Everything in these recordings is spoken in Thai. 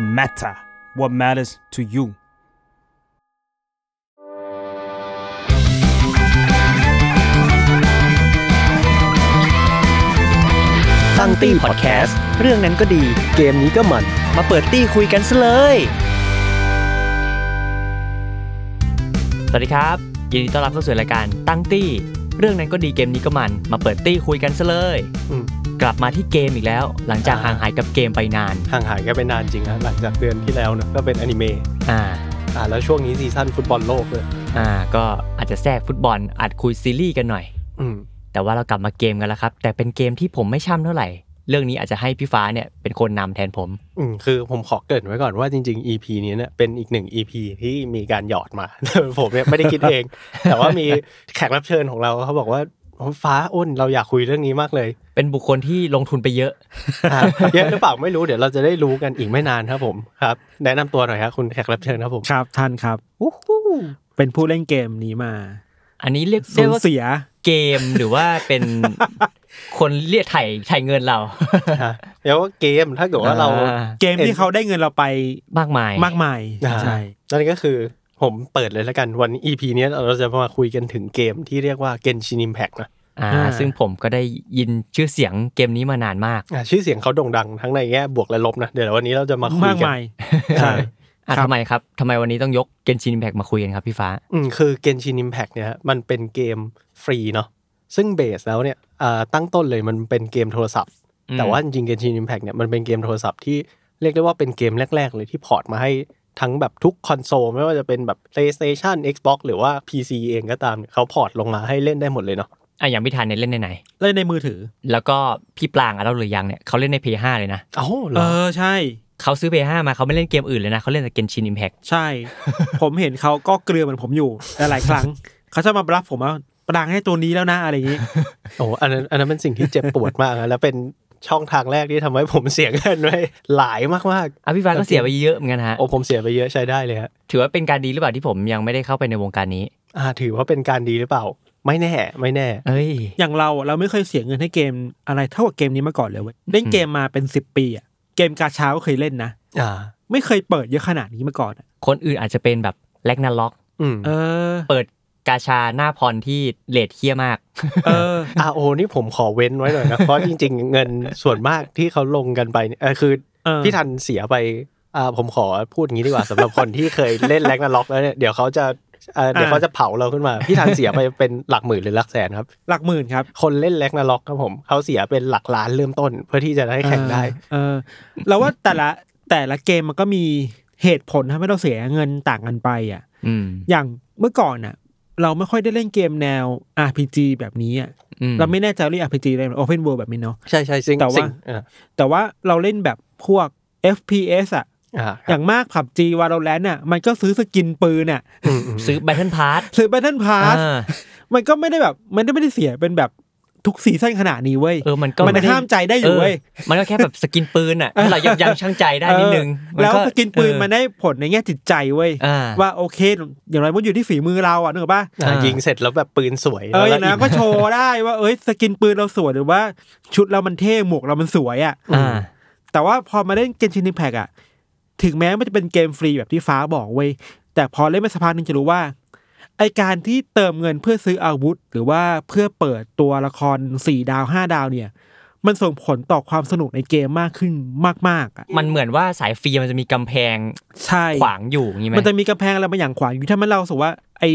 matter what matters to you ตั้งตี้พอดแคสต์เรื่องนั้นก็ดี เกมนี้ก็มัน มาเปิดตี้คุยกันซะเลย สวัสดีครับยินดีต้อนรับเข้าสู่รายการตั้งตี้ เรื่องนั้นก็ดีเกมนี้ก็มัน มาเปิดตี้คุยกันซะเลย อืม กลับมาที่เกมอีกแล้ว หลังจากห่างหายกับเกมไปนาน ห่างหายกันไปนานจริงนะหลังจากเดือนที่แล้วนะก็เป็นอนิเมะ อ่า อ่าแล้วช่วงนี้ซีซั่นฟุตบอลโลกเลย อ่า ก็อาจจะแทรกฟุตบอลอัดคุยซีรีส์กันหน่อย อืม แต่ว่าเรากลับมาเกมกันแล้วครับ แต่เป็นเกมที่ผมไม่ช่ำเท่าไหร่ เรื่องนี้อาจจะให้พี่ฟ้าเนี่ยเป็นคนนำแทนผม อืมคือผมขอเกรินไว้ก่อนว่าจริง ๆ EP นี้เนี่ยเป็นอีกหนึ่ง EP ที่มีการหยอดมา ผมเนี่ยไม่ได้คิดเอง แต่ว่ามี แขกรับเชิญของเราเขาบอกว่าโอ้ฟ้าอ้นเราอยากคุยเรื่องนี้มากเลย เป็นบุคคลที่ลงทุนไปเยอะ อ่ะ เยอะหรือเปล่าไม่รู้เดี๋ยวเราจะได้รู้กันอีกไม่นานครับผมครับ แนะนำตัวหน่อยครับคุณแขกรับเชิญครับ ผม ครับท่านครับ เป็นผู้เล่นเกมนี้มา อันนี้เรียก สู ได้ ญ ว่า เสีย เกมหรือว่า เป็น คนเรียกไถ่ไถ่เงิน เรา ฮะแล้วก็เกมถ้าเกิดว่าเรา อ่ เกมที่เขาได้เงินเราไป มากมาย มากมาย อ่า ใช่ นั่นก็คือผมเปิดเลยแล้วกันวัน EP เนี้ยเราจะมาคุยกันถึงเกมที่เรียกว่า Genshin Impact นะ อ่าซึ่งผมก็ได้ยินชื่อเสียงเกมนี้มานานมาก อ่ะชื่อเสียงเขาโด่งดังทั้งในแง่บวกและลบนะ เดี๋ยววันนี้เราจะมาคุย มาก กั มาน ยใช่ อ่ะ ครับ ทำไมครับทำไมวันนี้ต้องยกเกนชินแพกมาคุยกันครับพี่ฟ้า อืมคือ Genshin Impact เนี่ยฮะมันเป็นเกมฟรีเนาะซึ่งเบสแล้วเนี่ยอ่าตั้งต้นเลยมันเป็นเกมโทรศัพท์ อืม แต่ว่าจริงๆ Genshin Impact เนี่ยมันเป็นเกมโทรศัพท์ที่เรียกได้ว่าเป็นเกมแรก ๆ เลยที่พอร์ตมาให้ทั้งแบบทุกคอนโซลไม่ว่าจะเป็นแบบ PlayStation Xbox หรือว่า PC เองก็ตามเนี่ยเขาพอร์ตลงมาให้เล่นได้หมดเลยเนาะ อ่ะอย่างพี่ทานเนี่ยเล่นในไหน เล่นในมือถือ แล้วก็พี่ปลางอ่ะเราหรือยังเนี่ยเขาเล่นใน PS5 เลยนะ เอ้าเหร เอ อ อใช่ เขาซื้อ PS5 มาเขาไม่เล่นเกมอื่นเลยนะเขาเล่นแต่เกนชินอิมแพก ใช่ ผมเห็นเขาก็เกลือเหมือนผมอยู่หลายๆครั้ง เขาจะมาบลัฟผมว่าประดังให้ตัวนี้แล้วนะอะไรอย่างนี้ โอ้อันนั้นอันนั้นเป็นสิ่งที่เจ็บปวดมากนะแล้วเป็นช่องทางแรกที่ทำให้ผมเสียเงินไว้หลายมาก อ่ะพี่ฟ้าก็เสียไปเยอะเหมือนกันฮะ ๆโอ้ผมเสียไปเยอะใช้ได้เลยฮะ ถือว่าเป็นการดีหรือเปล่าที่ผมยังไม่ได้เข้าไปในวงการนี้ อ่าถือว่าเป็นการดีหรือเปล่า ไม่แน่ไม่แน่ เอ้ย อย่างเราอะเราไม่เคยเสียเงินให้เกมอะไรเท่ากับเกมนี้มาก่อนเลยเว้ยเล่นเกมมาเป็นสิบปีอะเกมกาชาก็เคยเล่นนะ อ่า ไม่เคยเปิดเยอะขนาดนี้มาก่อนอะ คนอื่นอาจจะเป็นแบบแลกนาล็อก อืม เออ เปิดกาชาหน้าพรที่เลทเคี้ยมาก เออ อาโอนี่ผมขอเว้นไว้หน่อยนะ เพราะจริง ๆ เงินส่วนมากที่เขาลงกันไปเนี่ยเออคือ เออ พี่ทันเสียไปอ่าผมขอพูดอย่างนี้ดีกว่าสำหรับคนที่เคยเล่นแลกนาล็อกแล้วเนี่ยเดี๋ยวเขาจะเอ่อเดี๋ยวเขาจะเผาเราขึ้นมาพี่ทันเสียไปเป็นหลักหมื่นหรือหลักแสนครับ หลักหมื่นครับ คนเล่นแลกนาล็อกครับผมเขาเสียเป็นหลักล้านเริ่มต้น เพื่อที่จะได้แข่งได้ เออเออเราว่าแต่ละ แต่ละเกมมันก็มีเหตุผลทำให้เราเสียเงินต่างกันไปอ่ะ อืม อย่างเมื่อก่อนอ่ะ เราไม่ค่อยได้เล่นเกมแนว RPG แบบนี้อ่ะ อืม เราไม่แน่ใจเรียก RPG อะไร Open World แบบนี้เนาะ ใช่ใช่ซึ่ง แต่ว่า ซึ่งอ่า แต่ว่าเราเล่นแบบพวก FPS อ่ะ อ่าค อ รับ ย่างมากผับจีวาโลแลนอ่ะมันก็ซื้อสกินปืนอ่ะ อืมอืม ซื้อแบทเทิลพาร์ท ซื้อแบทเทิลพาสมันก็ไม่ได้แบบมันไม่ได้เสียเป็นแบบทุกซีซั่นขนาดนี้เว้ย เออมันก็ มัน ไได้ ห้ามใจได้อยู่เว้ย เออมันก็แค่แบบสกินปืนอ่ะให้เรายับยั้งชั่งใจได้นิดนึง เออแล้วสมักินปืนมัน เออ ได้ผลในแง่จิตใจเว้ย อ่า ว่าโอเค อย่างไรมันอยู่ที่ฝีมือเราอ่ะนึกออกป่ะ อ่ายิงเสร็จแล้วแบบปืนสวย เอออ แล้ว ย่างนั้น ก็ ก็โชว์ได้ว่าเอ้ยสกินปืนเราสวยหรือว่าชุดเรามันเท่หมวกเรามันสวยอ่ะ อ่า แต่ว่าพอมาเล่นเกมชินิแพกอ่ะถึงแม้มันจะเป็นเกมฟรีแบบที่ฟ้าบอกเว้ยแต่พอเล่นไปสักพักหนึงจะรู้ว่าไอการที่เติมเงินเพื่อซื้ออาวุธ หรือว่าเพื่อเปิดตัวละครสี่ดาวห้าดาวเนี่ย มันส่งผลต่อความสนุกในเกมมากขึ้นมากๆอ่ะ มันเหมือนว่าสายฟรีมันจะมีกำแพง ใช่ ขวางอยู่อย่างงี้ไหม มันจะมีกำแพงอะไรบางอย่างขวางอยู่ถ้ามันเราสูว่าไอ้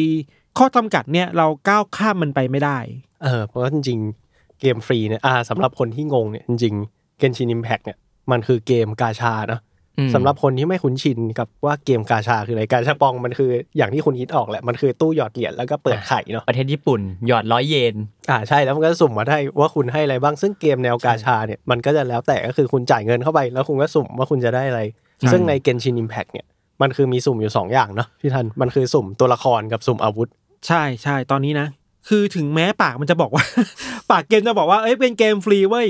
ข้อจำกัดเนี่ยเราก้าวข้ามมันไปไม่ได้ เออเพราะว่าจริงๆ เกมฟรีเนี่ยอ่าสำหรับคนที่งงเนี่ยจริงๆ Genshin Impact เนี่ยมันคือเกมกาชาเนอะ อืม สำหรับคนที่ไม่คุ้นชินกับว่าเกมกาชาคืออะไรกาชาปองมันคืออย่างที่คุณคิดออกแหละมันคือตู้หยอดเหรียญแล้วก็เปิดไข่เนาะ ประเทศญี่ปุ่น หยอดร้อยเยน อ่าใช่แล้วมันก็สุ่มมาได้ว่าคุณให้อะไรบ้างซึ่งเกมแนวกาชาเนี่ยมันก็จะแล้วแต่ก็คือคุณจ่ายเงินเข้าไป แล้วคุณก็สุ่มว่าคุณจะได้อะไร ใช่ ซึ่งใน Genshin Impact เนี่ยมันคือมีสุ่มอยู่สองอย่างเนาะพี่ทันมันคือสุ่มตัวละครกับสุ่มอา วุธ ใช่ใช่ตอนนี้นะ คือถึงแม้ปากมันจะบอกว่า ปากเกมจะบอกว่าเอ้ยเป็นเกมฟรีเว้ย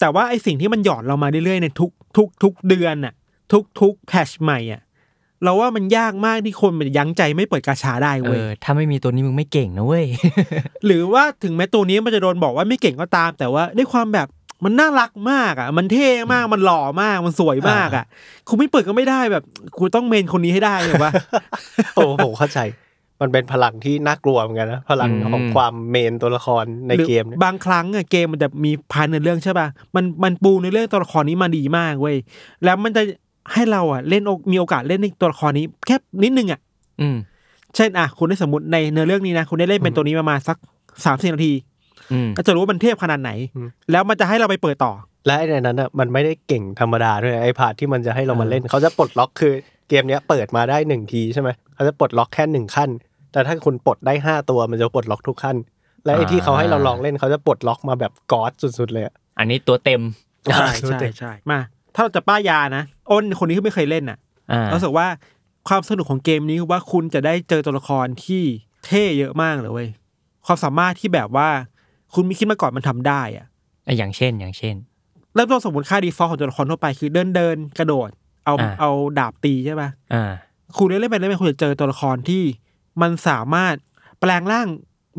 แต่ว่าไอสิ่งที่มันหยอดเรามาเรื่อยๆในทุกทุกทุกเดือนน่ะ ทุกทุกแพชใหม่อ่ะเราว่ามันยากมากที่คนมันจะยั้งใจไม่เปิดกาชาได้ เอ เว้ย อถ้าไม่มีตัวนี้มึงไม่เก่งนะเว้ย หรือว่าถึงแม้ตัวนี้มันจะโดนบอกว่าไม่เก่งก็ตาม แต่ว่าด้วยความแบบ มันน่ารักมากอ่ะ มันเท่มากมันหล่อมากมันสวยมากอ่ะคุณไม่เปิดก็ไม่ได้แบบกูต้องเมนคนนี้ให้ได้ถูกปะ โอ้ผมเข้าใจ มันเป็นพลังที่น่ากลัวเหมือนกันนะพลังของ อืม ความเมนตัวละครใน หรือ เกมเนี่ย บางครั้งอะเกมมันจะมีพาร์ทในเรื่องใช่ป่ะมันมันปูในเรื่องตัวละครนี้มาดีมากเว้ยแล้วมันจะให้เราอะเล่นโอมีโอกาสเล่นในตัวละครนี้แค่นิดนึงอะ อืม เช่นอะคุณได้สมมติในเนื้อเรื่องนี้นะคุณได้เล่นเป็นตัวนี้ประมาณสักสามสี่นาที อืม ก็จะรู้ว่ามันเทพขนาดไหน แล้วมันจะให้เราไปเปิดต่อ และไอ้ในนั้นอ่ะมันไม่ได้เก่งธรรมดาด้วยไอ้พาร์ทที่มันจะให้เรามาเล่นเขาจะปลดล็อกคือเกมเนี้ยเปิดมาได้หนึ่งทีใช่ไหมเขาจะปลดล็อกแค่หนึ่งขั้น แต่ถ้าคุณปลดได้ห้าตัวมันจะปลดล็อกทุกขั้น และไอ้ที่เขาให้เราลองเล่นเขาจะปลดล็อกมาแบบกอดสุดๆเลยอะ อันนี้ตัวเต็ม ใช่ใช่ใช่มา ถ้าเราจะป้ายานะอ้นคนนี้ที่ไม่เคยเล่นน่ะ อ่า เรารู้สึกว่าความสนุกของเกมนี้คือว่าคุณจะได้เจอตัวละครที่เท่เยอะมากเลยเว้ยความสามารถที่แบบว่า คุณไม่คิดมาก่อนมันทำได้อะ อ่ะอย่างเช่นอย่างเช่น เริ่มต้นสมมติค่าดีฟอลของตัวละครทั่วไปคือเดินเดินกระโดด เอา อ่า เอาดาบตีใช่ปะ อ่า คุณเล่นเล่นไปเล่นไปคุณจะเจอตัวละครที่มันสามารถแปลงร่าง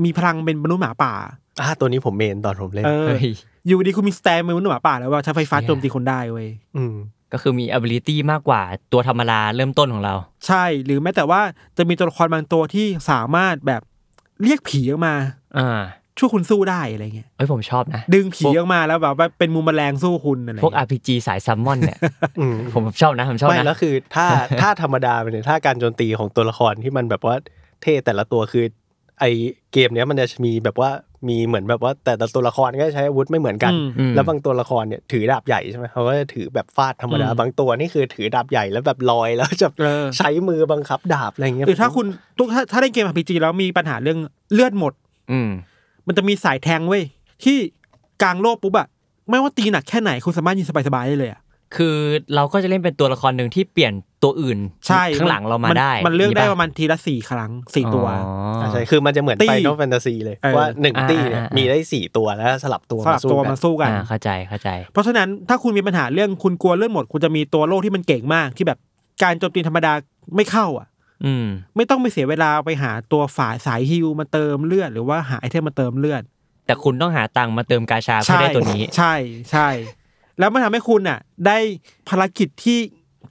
มีพลังเป็นมนุษย์หมาป่า อ่าตัวนี้ผมเมนตอนผมเล่น เออ เฮ้ย อยู่ดีคุณมีสแตมเป็นมนุษย์หมาป่า แล้วว่าใช้ไฟฟ้าโจมตีคนได้เว้ย อืม ก็คือมี ability มากกว่าตัวธรรมดาเริ่มต้นของเรา ใช่หรือแม้แต่ว่าจะมีตัวละครบางตัวที่สามารถแบบเรียกผีออกมา อ่า ช่วยคุณสู้ได้อะไรเงี้ย เอ้ยผมชอบนะ ดึงผีออกมาแล้วแบบว่าเป็นมูมแมลงสู้คุณอะไร พวก เงี้ย RPG สายแซมมอนเนี่ย อืม ผมชอบนะ ผมชอบ ไม่ นะ แล้วคือถ้า ถ้าธรรมดาไปเนี่ยถ้าการโจมตีของตัวละครที่มันแบบว่าเท่แต่ละตัวคือ ไอเกมเนี้ยมันจะมีแบบว่ามีเหมือนแบบว่า แต่ละตัวละครก็จะใช้อาวุธไม่เหมือนกัน อืม อืม แล้วบางตัวละครเนี่ยถือดาบใหญ่ใช่ไหมเขาก็จะถือแบบฟาดธรรมดา อืม บางตัวนี่คือถือดาบใหญ่แล้วแบบลอยแล้วจะ เออ ใช้มือบังคับดาบอะไรเงี้ย หรือถ้าคุณตุ๊กถ้าถ้าเล่นเกม RPG แล้วมีปัญหาเรื่องเลือดหมด อืม มันจะมีสายแทงเว้ยที่กลางโลกปุ๊บอะไม่ว่าตีหนักแค่ไหนคุณสามารถยิงสบายๆได้เลยอะ คือเราก็จะเล่นเป็นตัวละครหนึ่งที่เปลี่ยนตัวอื่น ใช่ ข้างหลังเรามามได้ นเลือกได้ ย่งงี้ ประมาณทีละสี่ครั้งสี่ตัว อ๋อ อ่าใช่คือมันจะเหมือน ตี้ ไฟนอลแฟนตาซีเลย เออ ว่าหนึ่ง อ่า ตี้เนี่ย อ่ามี มีได้สี่ตัวแล้วสลับตัว สลับ มาสู้ ตัว กัน มาสู้กัน อ่าเข้าใจเข้าใจ เพราะฉะนั้นถ้าคุณมีปัญหาเรื่องคุณกลัวเลือดหมด คุณจะมีตัวโลกที่มันเก่งมากที่แบบการโจมตีธรรมดาไม่เข้าอ่ะ อืม ไม่ต้องไปเสียเวลาไปหาตัวฝ่ายสายฮิวมาเติมเลือดหรือว่าหาไอเทมมาเติมเลือด แต่คุณต้องหาตังค์มาเติมกาชาเพื่อได้ตัวนี้ ใช่ใช่ แล้วมันทำให้คุณอ่ะ ได้ภารกิจที่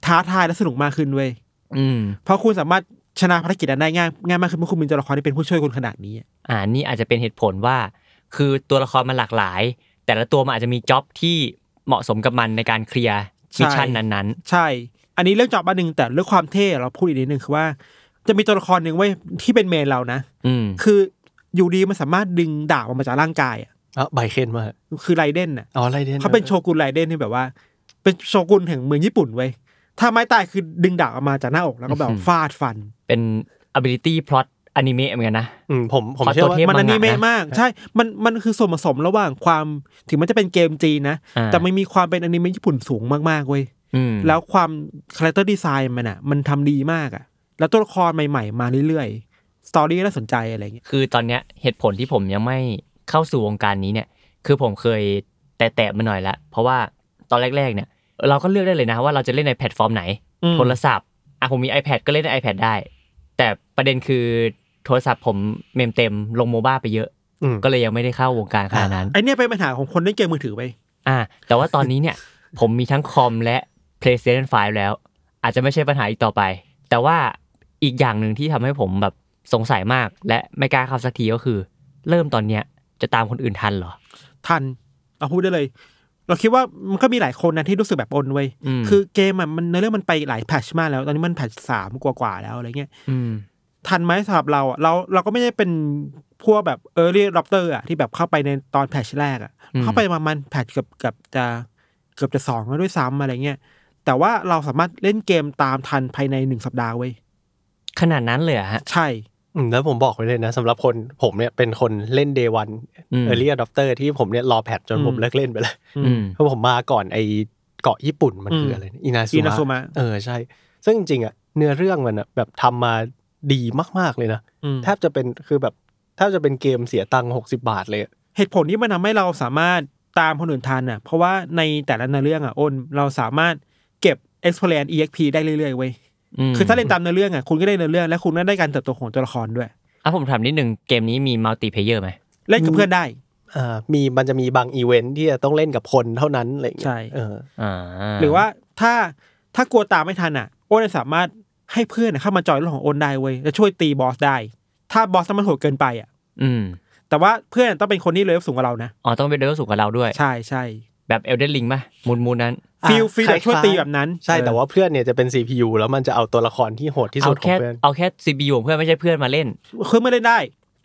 ท้าทายและสนุกมากขึ้นเว้ย อืม เพราะคุณสามารถชนะภารกิจนั้นได้ง่ายง่ายมากขึ้นเมื่อคุณมีตัวละครที่เป็นผู้ช่วยคุณขนาดนี้อะ อ่านี่อาจจะเป็นเหตุผลว่า คือตัวละครมันหลากหลาย แต่ละตัวมันอาจจะมีจ็อบที่เหมาะสมกับมันในการเคลียร์มิชชั่นนั้น ใช่ อันนี้เรื่องจอบอันหนึ่งแต่เรื่องความเท่เราพูดอีกนิดนึงคือว่า จะมีตัวละครหนึ่งไว้ยที่เป็นเมนเรานะ ๆ อืม คืออยู่ดีมันสามารถดึงดาบออกมาจากร่างกายอะ อ่ะไบเคนมาก คือไรเดนน่ะ อ๋อไรเดน เขาเป็นโชกุนไรเดนที่แบบว่า เป็นโชกุนแห่งเมืองญี่ปุ่นเว้ยถ้าไม้ตายคือดึงดาบออกมาจากหน้าอกแล้วก็แบบ อื้อหือ ฟาดฟัน เป็น ability plot อนิเมะเหมือนกันนะ อืมผมผม ขอ เชื่อ ตัว ว่า เทพ มันอนิเมะ มังงะนะ มากใช่ มันมันคือส่วนผสมระหว่างความถึงมันจะเป็นเกมจีนนะ อ่า แต่มันมีความเป็นอนิเมะญี่ปุ่นสูงมากๆเว้ย อืม แล้วความคาแรคเตอร์ดีไซน์มันอ่ะ มันทำดีมากอ่ะ แล้วตัวละครใหม่ๆ มาเรื่อยๆ สตอรี่น่าสนใจอะไรเงี้ย คือตอนเนี้ยเหตุผลที่ผมยังไม่เข้าสู่วงการนี้เนี่ย คือผมเคยแตะๆมาหน่อยละ เพราะว่าตอนแรกๆเนี่ย เราก็เลือกได้เลยนะว่าเราจะเล่นในแพลตฟอร์มไหน อืม โทรศัพท์อ่ะผมมี iPad ก็เล่นใน iPad ได้ แต่ประเด็นคือโทรศัพท์ผมเมมเต็มลงโมบ้าไปเยอะ อืม ก็เลยยังไม่ได้เข้าวงการขนาดนั้น ไอเนี้ยเป็นปัญหาของคนเล่นเกมมือถือไป อ่าแต่ว่าตอนนี้เนี่ย ผมมีทั้งคอมและ PlayStation 5 แล้ว อาจจะไม่ใช่ปัญหาอีกต่อไป แต่ว่าอีกอย่างหนึ่งที่ทำให้ผมแบบสงสัยมาก และไม่กล้าเข้าสักทีก็คือ เริ่มตอนเนี้ยจะตามคนอื่นทันเหรอ ทัน เอาพูดได้เลย เราคิดว่ามันก็มีหลายคนนะที่รู้สึกแบบอนเว้ย อืม คือเกมอ่ะมันเนื้อเรื่องมันไปหลายแพทชมากแล้ว ตอนนี้มันแพทชสามกว่าๆแล้วอะไรเงี้ย อืม ทันไหมสำหรับเราอ่ะเราเราก็ไม่ได้เป็นพวกแบบเออร์ลี่รับเตอร์อ่ะที่แบบเข้าไปในตอนแพทชแรกอ่ะ อืม เข้าไปประมาณแพทชเกือบเกือบจะเกือบจะสองแล้วด้วยซ้ำอะไรเงี้ยแต่ว่าเราสามารถเล่นเกมตามทันภายในหนึ่งสัปดาห์เว้ย ขนาดนั้นเลยเหรอฮะ ใช่ อืมแล้วผมบอกไว้เลยนะสำหรับคนผมเนี่ยเป็นคนเล่น day one อืม early adopter ที่ผมเนี่ยรอแพทจนผมเลิกเล่นไปเลย อืม เพราะผมมาก่อนไอเกาะญี่ปุ่นมันคืออะไรนะอินา อินาซู ซุมะ มะ เออใช่ ซึ่งจริงๆอ่ะเนื้อเรื่องมันอะแบบทำมาดีมากๆเลยนะ อืม แทบจะเป็นคือแบบแทบจะเป็นเกมเสียตังค์หกสิบาทเลยอะ เหตุผลที่มันทำให้เราสามารถตามคนอื่นทันอ่ะ เพราะว่าในแต่ละเนื้อเรื่องอ่ะอ้นเราสามารถเก็บ e x p l a n exp ได้เรื่อยๆเว้ย ม คือถ้าเล่นตามเนื้อเรื่องอ่ะคุณก็ได้เนื้อเรื่อง และคุณก็ได้การเติบโตของตัวละครด้วย อ่ะผมถามนิดนึงเกมนี้มีมัลติเพเยอร์ไหม เล่นกับเพื่อนได้ เอ่อมีมันจะมีบางอีเวนท์ที่จะต้องเล่นกับคนเท่านั้นอะไรอย่างเงี้ย ใช่ เออ อ่า หรือว่าถ้าถ้ากลัวตามไม่ทันอ่ะโอนสามารถให้เพื่อนอะเข้ามาจอยเรื่องของโอนได้เว้ยจะช่วยตีบอสได้ ถ้าบอสนั้นมันโหดเกินไปอ่ะ อืม แต่ว่าเพื่อนต้องเป็นคนที่เลเวลสูงกว่าเรานะ อ๋อต้องเป็นเดลสุกกับเราด้วย ใช่ใช่ แบบเอลเดนลิงป่ะมูนมูนนั้น ฟิล อ่ะ ฟิล ค แบ ล้าย บ ๆ ช่วยตีแบบนั้น ใช่ เออ แต่ว่าเพื่อนเนี่ยจะเป็น CPU แล้วมันจะเอาตัวละครที่โหดที่ เอา สุดขอ แค่ งเพื่อน เอาแค่ซีบีของเพื่อนไม่ใช่เพื่อนมาเล่น เพื่อนไม่เล่นได้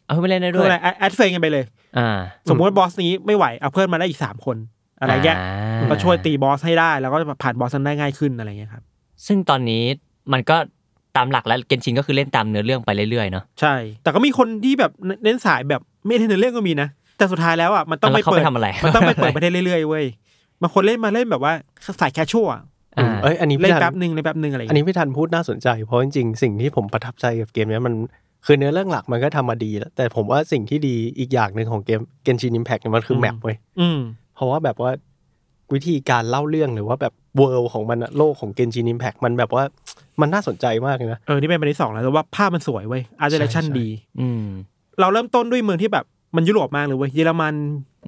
เอาเพื่อนมาเล่นได้ เพื่อด้วย อะไรแอดเฟรนกันไปเลย อ่า สมมติว่าบอสนี้ไม่ไหวเอาเพื่อนมาได้อีกสามคนอะไรเงี้ย อ่า ก็ช่วยตีบอสให้ได้ แล้วก็ผ่านบอสนั้นได้ง่ายขึ้นอะไรเงี้ยครับ ซึ่งตอนนี้มันก็ตามหลักแล้วเกนชินก็คือเล่นตามเนื้อเรื่องไปเรื่อยๆเนาะ ใช่ แต่ก็มีคนที่แบบเน้นสายแบบไม่เล่นในเรื่องก็มีนะแต่สุดท้ายแล้วอ่ะมันต้อง แล้ว ไป เขา เปิ ไป ด ทำอะไร มันต้องไปเปิดประเทศเรื่อยๆเว้ยบางคนเล่นมาเล่นแบบว่าสายแคชชวล อ่า เอ้ยอันนี้ เล่นพี่ทัน แป๊บหนึ่งเล่นแป๊บหนึ่งอะไรอย่าง อัน เงี้ย นี้พี่ทันพูดน่าสนใจ เพราะจริงๆสิ่งที่ผมประทับใจกับเกมเนี้ยมันคือเนื้อเรื่องหลักมันก็ทำมาดีแล้ว แต่ผมว่าสิ่งที่ดีอีกอย่างหนึ่งของเกมเกนชินอิมแพกเนี่ยมันคือแมปเว้ย อืม เพราะว่าแบบว่าวิธีการเล่าเรื่องหรือว่าแบบเวิลด์ของมันอะโลกของเกนชินอิมแพกมันแบบว่ามันน่าสนใจมากเลยนะ เออ นี่เป็นประเด็นที่สองแล้วแต่ว่าภาพมันสวยเว้ยอาร์ตเดเรชั่น ใช่ ดี อืม เราเริ่มต้นด้วยเมืองที่แบบมันยุโรปมากเลยเว้ยเยอรมัน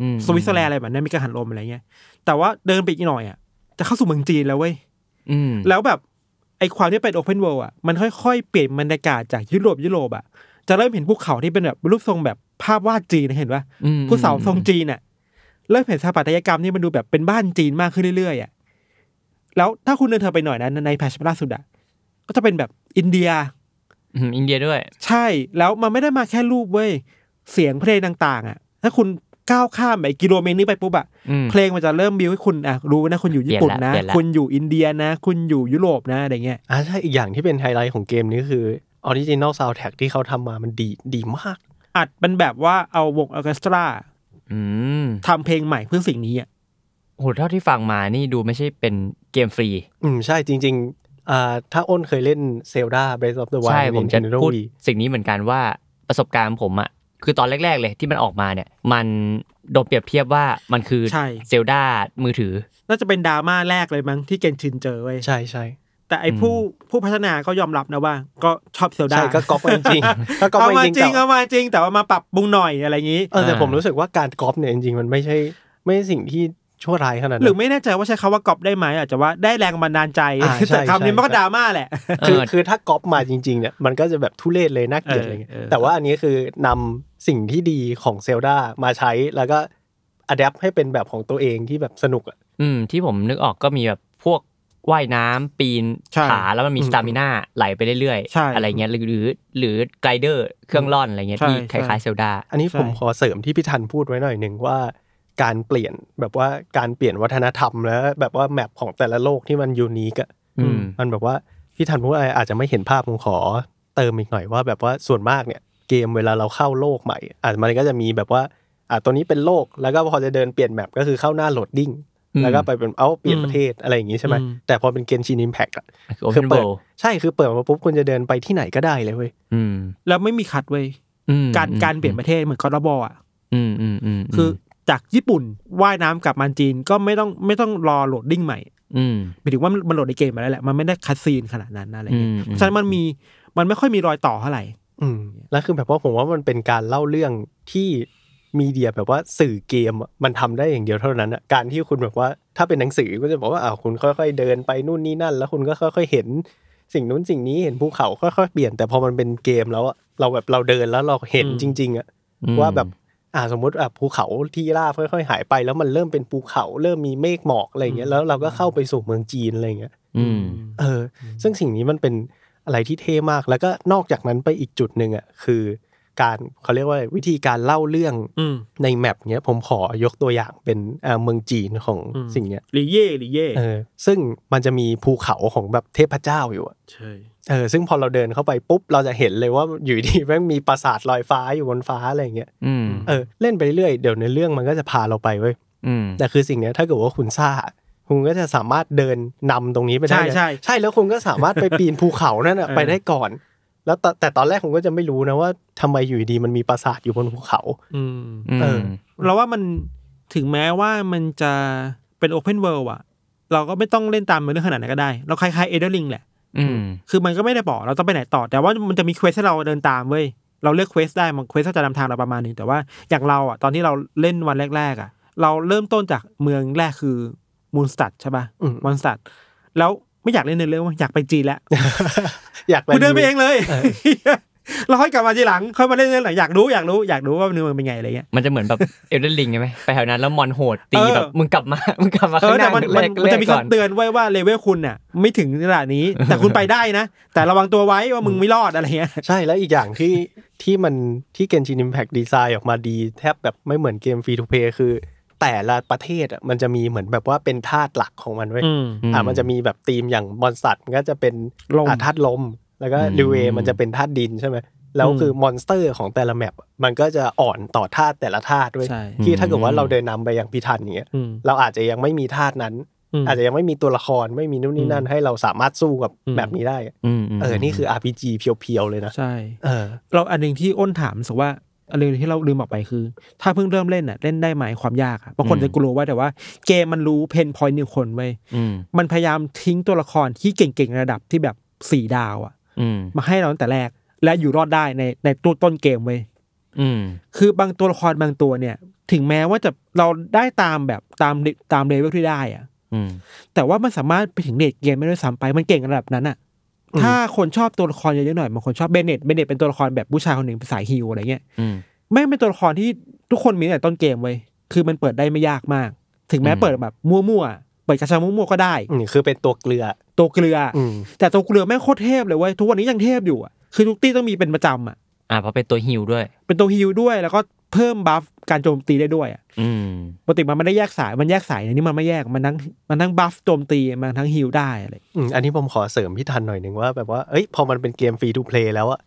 อืม สวิตเซอร์แลนด์อะไรแบบนั้นมีการหันลมอะไรเงี้ย แต่ว่าเดินไปอีกหน่อยอ่ะจะเข้าสู่เมืองจีนแล้วเว้ย อืม แล้วแบบไอความที่เป็นโอเพนเวิลด์อ่ะมันค่อยๆ เปลี่ยนบรรยากาศจากยุโรปยุโรปอ่ะจะเริ่มเห็นภูเขาที่เป็นแบบรูปทรงแบบภาพวาดจีนนะเห็นปะ อืม ผู้เสาทรงจีนอ่ะเริ่มเห็นสถาปัตยกรรมนี่มันดูแบบเป็นบ้านจีนมากขึ้นเรื่อยๆอ่ะแล้วถ้าคุณเดินเธอไปหน่อยนะในแพชล่าสุดอ่ะก็จะเป็นแบบอินเดีย อืมอินเดียด้วย ใช่ แล้วมันไม่ได้มาแค่รูปเว้ยเสียงเพลงต่าง ๆ อ่ะ ถ้าคุณก้าวข้ามไปกิโลเมตรนี้ไปปุ๊บอ่ะ อืม เพลงมันจะเริ่มบิวให้คุณอ่ะรู้นะคุณอยู่ญี่ปุ่นนะ เปลี่ยนละ คุณอยู่อินเดียนะ คุณอยู่ยุโรปนะอะไรเงี้ย อ่าใช่อีกอย่างที่เป็นไฮไลท์ของเกมนี้ก็คือออริจินอลซาวด์แท็กที่เขาทำมามันดีดีมาก อัดเป็นแบบว่าเอาวงออร์เคสตรา อืม ทำเพลงใหม่เพื่อสิ่งนี้อ่ะ โหเท่าที่ฟังมานี่ดูไม่ใช่เป็นเกมฟรี อืมใช่จริงๆอ่าถ้าอ้นเคยเล่นเซลดาเบรสออฟเดอะวาย ใช่ผมจะพูดสิ่งนี้เหมือนกันว่าประสบการณ์ผมอะคือตอนแรก ๆ เลยที่มันออกมาเนี่ย มันโดนเปรียบเทียบว่ามันคือ ใช่ เซลดามือถือ น่าจะเป็นดราม่าแรกเลยมั้งที่เกนชินเจอเว้ย ใช่ใช่ แต่ไอ้ผู้ผู้พัฒนาก็ยอมรับนะว่า ก็ชอบเซลดา ใช่ก็ก๊อปมาจริง ๆก็ก๊อป เอา มา มา จริง จ ๆ ริ แต่ งเอามาจริง แต่ว่ามาปรับปรุงหน่อยอะไรอย่างนี้ เออแต่ผมรู้สึกว่าการก๊อปเนี่ยจริงๆ มันไม่ใช่ไม่ใช่สิ่งที่ชั่วร้ายขนาด ห นั้ รือ นะ ไม่แน่ใจว่าใช้คำว่ากอบได้ไหมอาจจะว่าได้แรงบันดาลใจ อ่าใช่ แต่คำนี้มันก็ ใช่ ดราม่าแหละ คือ เออ คือถ้าก๊อปมาจริงๆเนี่ยมันก็จะแบบทุเรศเลยน่าเกลียด เออ อะไรเงี้ย เออ แต่ว่าอันนี้คือนำสิ่งที่ดีของเซลดามาใช้แล้วก็อัดแอปให้เป็นแบบของตัวเองที่แบบสนุกอะ อืมที่ผมนึกออกก็มีแบบพวกว่ายน้ำปีน ใช่ ผาแล้วมันมี อืม สตามิน่าไหลไปเรื่อย ใช่ ๆ อะไรเงี้ยหรือหรือหรือไกด์เดอร์เครื่องล่อนอะไรเงี้ย ใช่ ที่ค ใช่ ล้ายๆเซลดา อันนี้ ใช่ ผมขอเสริมที่พี่ทันพูดไว้หน่อยหนึ่งว่า การเปลี่ยนแบบว่าการเปลี่ยนวัฒนธรรมแล้วแบบว่าแมปของแต่ละโลกที่มันยูนิคอะ อืม มันแบบว่าพี่ทันพูดอะไรอาจจะไม่เห็นภาพผมขอเติมอีกหน่อยว่าแบบว่าส่วนมากเนี่ยเกมเวลาเราเข้าโลกใหม่อาจมันก็จะมีแบบว่าอ่ะตัวนี้เป็นโลกแล้วก็พอจะเดินเปลี่ยนแมปก็คือเข้าหน้าโหลดดิ้ง อืม แล้วก็ไปเป็นเอ้าเปลี่ยนประเทศอะไรอย่างงี้ใช่ไหม อืม แต่พอเป็นเกมชินอิมแพกอะ คือโอเพ คือน เปิ เวิ ด ล ใช่คือเปิดมาปุ๊บคุณจะเดินไปที่ไหนก็ได้เลยเว้ย อืม แล้วไม่มีคัดเว้ย อืม การ อืม การเปลี่ยนประเทศเหมือนคอร์ดบอลอ่ะ อืมอืมอืมม คือจากญี่ปุ่นว่ายน้ำกลับมาจีนก็ไม่ต้องไม่ต้องรอโหลดดิ้งใหม่ อืม หมายถึงว่ามันมันโหลดในเกมมาแล้วแหละมันไม่ได้คัดซีนขนาดนั้นนะอะไรเงี้ย อืมอืม ฉะนั้นมันมีมันไม่ค่อยมีรอยต่อเท่าไหร่ อืมแล้วคือแบบว่าผมว่ามันเป็นการเล่าเรื่องที่มีเดียแบบว่าสื่อเกมอะมันทำได้อย่างเดียวเท่านั้นอะการที่คุณแบบว่าถ้าเป็นหนังสือก็จะบอกว่าอ้าวคุณค่อย ๆ เดินไปนู่นนี่นั่น แล้วคุณก็ค่อยๆเห็นสิ่งนู้นสิ่งนี้เห็นภูเขาค่อยๆเปลี่ยนแต่พอมันเป็นเกมแล้วอะเราแบบเราเดินแล้วเราเห็น อืม จริงๆอะว่าแบบอ่าสมมติอ่ะภูเขาที่ราบค่อยๆหายไป แล้วมันเริ่มเป็นภูเขาเริ่มมีเมฆหมอกอะไรอย่างเงี้ยแล้วเราก็เข้าไปสู่เมืองจีนอะไรอย่างเงี้ย อืม เอออซึ่งสิ่งนี้มันเป็นอะไรที่เท่มาก แล้วก็นอกจากนั้นไปอีกจุดหนึ่งอ่ะคือ การเขาเรียกว่าอะไรวิธีการเล่าเรื่อง อืม ในแมปเนี้ยผมขอยกตัวอย่างเป็นเอ่อเมืองจีนของ อืม สิ่งเนี้ย หรือเย่หรือเย่ เออซึ่งมันจะมีภูเขาของแบบเทพเจ้าอยู่อะ ใช่ เออซึ่งพอเราเดินเข้าไปปุ๊บเราจะเห็นเลยว่าอยู่ดีแม่งมีปราสาทลอยฟ้าอยู่บนฟ้าอะไรอย่างเงี้ย อืม เออเล่นไปเรื่อยเดี๋ยวในเรื่องมันก็จะพาเราไปเว้ย อืม แต่คือสิ่งเนี้ยถ้าเกิดว่าคุณซ่าคุณก็จะสามารถเดินนำตรงนี้ไปได้ ใช่ เลย ใช่ ใช่แล้วคุณก็สามารถไปปีนภูเขานั่นน่ะ เออ ไปได้ก่อน แล้วแต่แต่ตอนแรกผมก็จะไม่รู้นะว่าทำไมอยู่ดีมันมีปราสาทอยู่บนภูเขา อืม เออ เราว่ามันถึงแม้ว่ามันจะเป็นโอเพนเวิลด์อะเราก็ไม่ต้องเล่นตามมันเรื่องขนาดนั้นก็ได้ เราคล้ายๆเอเดอร์ลิงแหละ อืม คือมันก็ไม่ได้บอกเราต้องไปไหนต่อ แต่ว่ามันจะมีเควสให้เราเดินตามเว้ย เราเลือกเควสได้มันเควสก็จะนำทางเราประมาณหนึ่งแต่ว่าอย่างเราอ่ะตอนที่เราเล่นวันแรก ๆ อ่ะ เราเริ่มต้นจากเมืองแรกคือมูนสตัดใช่ป่ะ อืม มูนสตัดแล้วไม่อยากเล่นเนื้อเรื่องว่ะอยากไปจีนแล้ว อยาก กูเดินไปเองเลยเราค่อยกลับมาทีหลังค่อยมาเล่นเรื่องหลังอยากรู้อยากรู้อยากรู้ว่าเนื้อมันเป็นไงอะไรเงี้ย มันจะเหมือนแบบ เอลเดนลิงใช่ไหมไปแถวนั้นแล้วมอนโหดตี เออ แบบมึงกลับมา มึงกลับมา เอ ข้า อง ห แต่ น้า มันมัน แรก มัน แร จะ ก มี ก่อน คำเตือนไว้ว่าเลเวลคุณน่ะ ไม่ถึงขนาดนี้ แต่คุณไปได้นะ แต่ระวังตัวไว้ว่ามึงไม่รอดอะไรเงี้ย ใช่แล้วอีกอย่างที่ที่มันที่เกนจิน m p แพ t ดีไซน์ออกมาดี แทบแบบไม่เหมือนเกมฟรีทูเพย์คือ แต่ละประเทศอ่ะมันจะมีเหมือนแบบว่าเป็นธาตุหลักของมันเว้ย อ่ามันจะมีแบบธีมอย่างมอนสตัดมันก็จะเป็น ลม อ่าธาตุลม แล้วก็ดิวเอมันจะเป็นธาตุดินใช่ไหมแล้ว อืม คือมอนสเตอร์ของแต่ละแมปมันก็จะอ่อนต่อธาตุแต่ละธาตุด้วย ใช่ ที่ถ้าเกิดว่าเราเดินนำไปอย่างพิทันอย่างเงี้ย อืม เราอาจจะยังไม่มีธาตุนั้น ม อาจจะยังไม่มีตัวละครไม่มีนู่นนี่นั่นให้เราสามารถสู้กับ อืม แบบนี้ได้ มม เออ นี่คือ RPG เพียวๆเลยนะ ใช่ เออ เราอันหนึ่งที่อ้นถามรู้สึกว่าอันหนึ่งที่เราลืมบอกไปคือ ถ้าเพิ่งเริ่มเล่นน่ะเล่นได้ไหมความยากอะบางคนจะกลัวว่าแต่ว่าเกมมันรู้เพนพอยต์นิวคนไว้ย อืม มันพยายามทิ้งตัวละครที่เก่งๆในระดับที่แบบสี่ดาวอะ อืม มาให้เราตั้งแต่แรก และอยู่รอดได้ในในตัวต้นเกมเว้ย อืม คือบางตัวละครบางตัวเนี่ย ถึงแม้ว่าจะเราได้ตามแบบตามตามเลเวลที่ได้อะ อืม แต่ว่ามันสามารถไปถึงเดทเกมไม่ได้ซ้ำไปมันเก่งระดับนั้นอะ อืม ถ้าคนชอบตัวละครเยอะๆหน่อยบางคนชอบเบเนตเบเนตเป็นตัวละครแบบผู้ชายคนหนึ่งเป็นสายฮิวอะไรเงี้ย อืม แม่งเป็นตัวละครที่ทุกคนมีตั้งแต่ต้นเกมเว้ยคือมันเปิดได้ไม่ยากมาก ถึงแม้ อืม เปิดแบบมั่วๆเปิดกระชามั่วๆก็ได้ อืมคือเป็นตัวเกลือ ตัวเกลืออ อืม แต่ตัวเกลือแม่งโคตรเทพเลยเว้ยทุกวันนี้ยังเทพอยู่อะคือทุกตี้ต้องมีเป็นประจำอะ อ่าเพราะเป็นตัวฮิวด้วย เป็นตัวฮิลด้วยแล้วก็เพิ่มบัฟการโจมตีได้ด้วยอะ อืม ปกติมันไม่ได้แยกสาย มันแยกสายอันนี้มันไม่แยก มันทั้ง มันทั้งบัฟโจมตี มันทั้งฮิลได้อะไร อืมอันนี้ผมขอเสริมพี่ทันหน่อยหนึ่งว่าแบบว่าเอ้ยพอมันเป็นเกมฟรีทูเพลย์แล้วอะ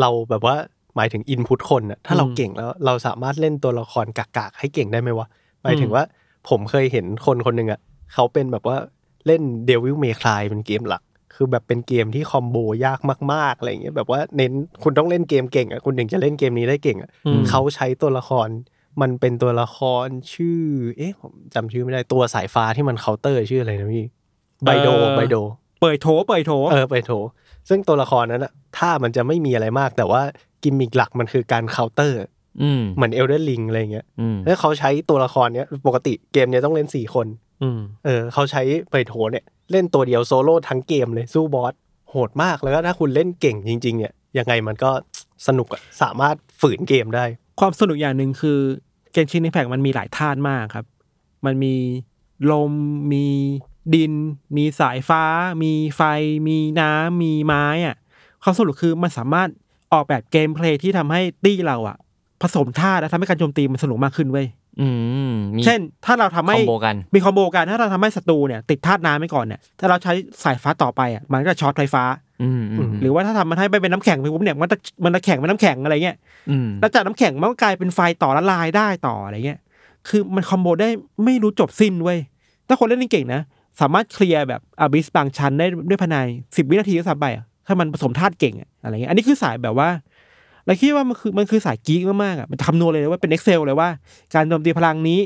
เราแบบว่าหมายถึงอินพุตคนอะถ้าเรา อืม เก่งแล้วเราสามารถเล่นตัวละครกากๆให้เก่งได้ไหมวะหมายถึง อืม ว่าผมเคยเห็นคนคนหนึ่งอะเขาเป็นแบบว่าเล่นเดวิลเมคลายเป็นเกมหลัก คือแบบเป็นเกมที่คอมโบยากมากๆอะไรอย่างเงี้ยแบบว่าเน้นคุณต้องเล่นเกมเก่งอะคุณถึงจะเล่นเกมนี้ได้เก่งอะ อืม เขาใช้ตัวละคร มันเป็นตัวละครชื่อ เอ๊ะผมจำชื่อไม่ได้ตัวสายฟ้าที่มันเคาน์เตอร์ชื่ออะไรนะพี่ไบโด เอ่อ ไบโด เปิดโถ เปิดโถ เออไปโถ ซึ่งตัวละครนั้นอะถ้ามันจะไม่มีอะไรมาก แต่ว่ากิมมิกหลักมันคือการเคาน์เตอร์ อืม เหมือนเอลเดนลิงอะไรเงี้ย อืม แล้วเขาใช้ตัวละครเนี้ยปกติเกมเนี้ยต้องเล่น 4 คน อืม เออเขาใช้ไปโถเนี่ย เล่นตัวเดียวโซโล่ทั้งเกมเลยสู้บอสโหดมากแล้วก็ถ้าคุณเล่นเก่งจริง ๆ เนี่ย ยังไงมันก็สนุกอะสามารถฝืนเกมได้ ความสนุกอย่างหนึ่งคือเกมชิน i ิแพ t มันมีหลายธาตุมากครับ มันมีลม มีดิน มีสายฟ้า มีไฟ มีน้ำ มีไม้อะความสนุกคือมันสามารถออกแบบเกมเพลย์ที่ทำให้ตี้เราอะผสมธาตุและทำให้การโจมตีมันสนุกมากขึ้นเว้ย อืมมี เช่น ถ้าเราทำ คอ ให้ มโบกัน มีคอมโบกันถ้าเราทำให้ศัตรูเนี่ย ติดธาตุน้ำไปก่อนเนี่ย ถ้าเราใช้สายฟ้าต่อไปอ่ะมันก็จะช็อตไฟฟ้า อืมอืม หรือว่าถ้าทำมันให้ไปเป็นน้ำแข็งไปปุ๊บเนี่ยมันจะมันจะแข็งเป็นน้ำแข็งอะไรเงี้ย อืม แล้วจากน้ำแข็งมันก็กลายเป็นไฟต่อละลายได้ต่ออะไรเงี้ยคือมันคอมโบได้ไม่รู้จบสิ้นเว้ยถ้าคนเล่นเก่งนะสามารถเคลียร์แบบอาบิสบางชั้นได้ด้วยภายในสิบวินาทีก็สามไปอ่ะถ้ามันผสมธาตุเก่งอะอะไรเงี้ยอันนี้คือสายแบบว่าเราคิดว่ามันคือมันคือสายกีกมากๆอ่ะมันจะคำนวณเลยนะว่าเป็น Excel เลยว่า การโจมตีพลังนี้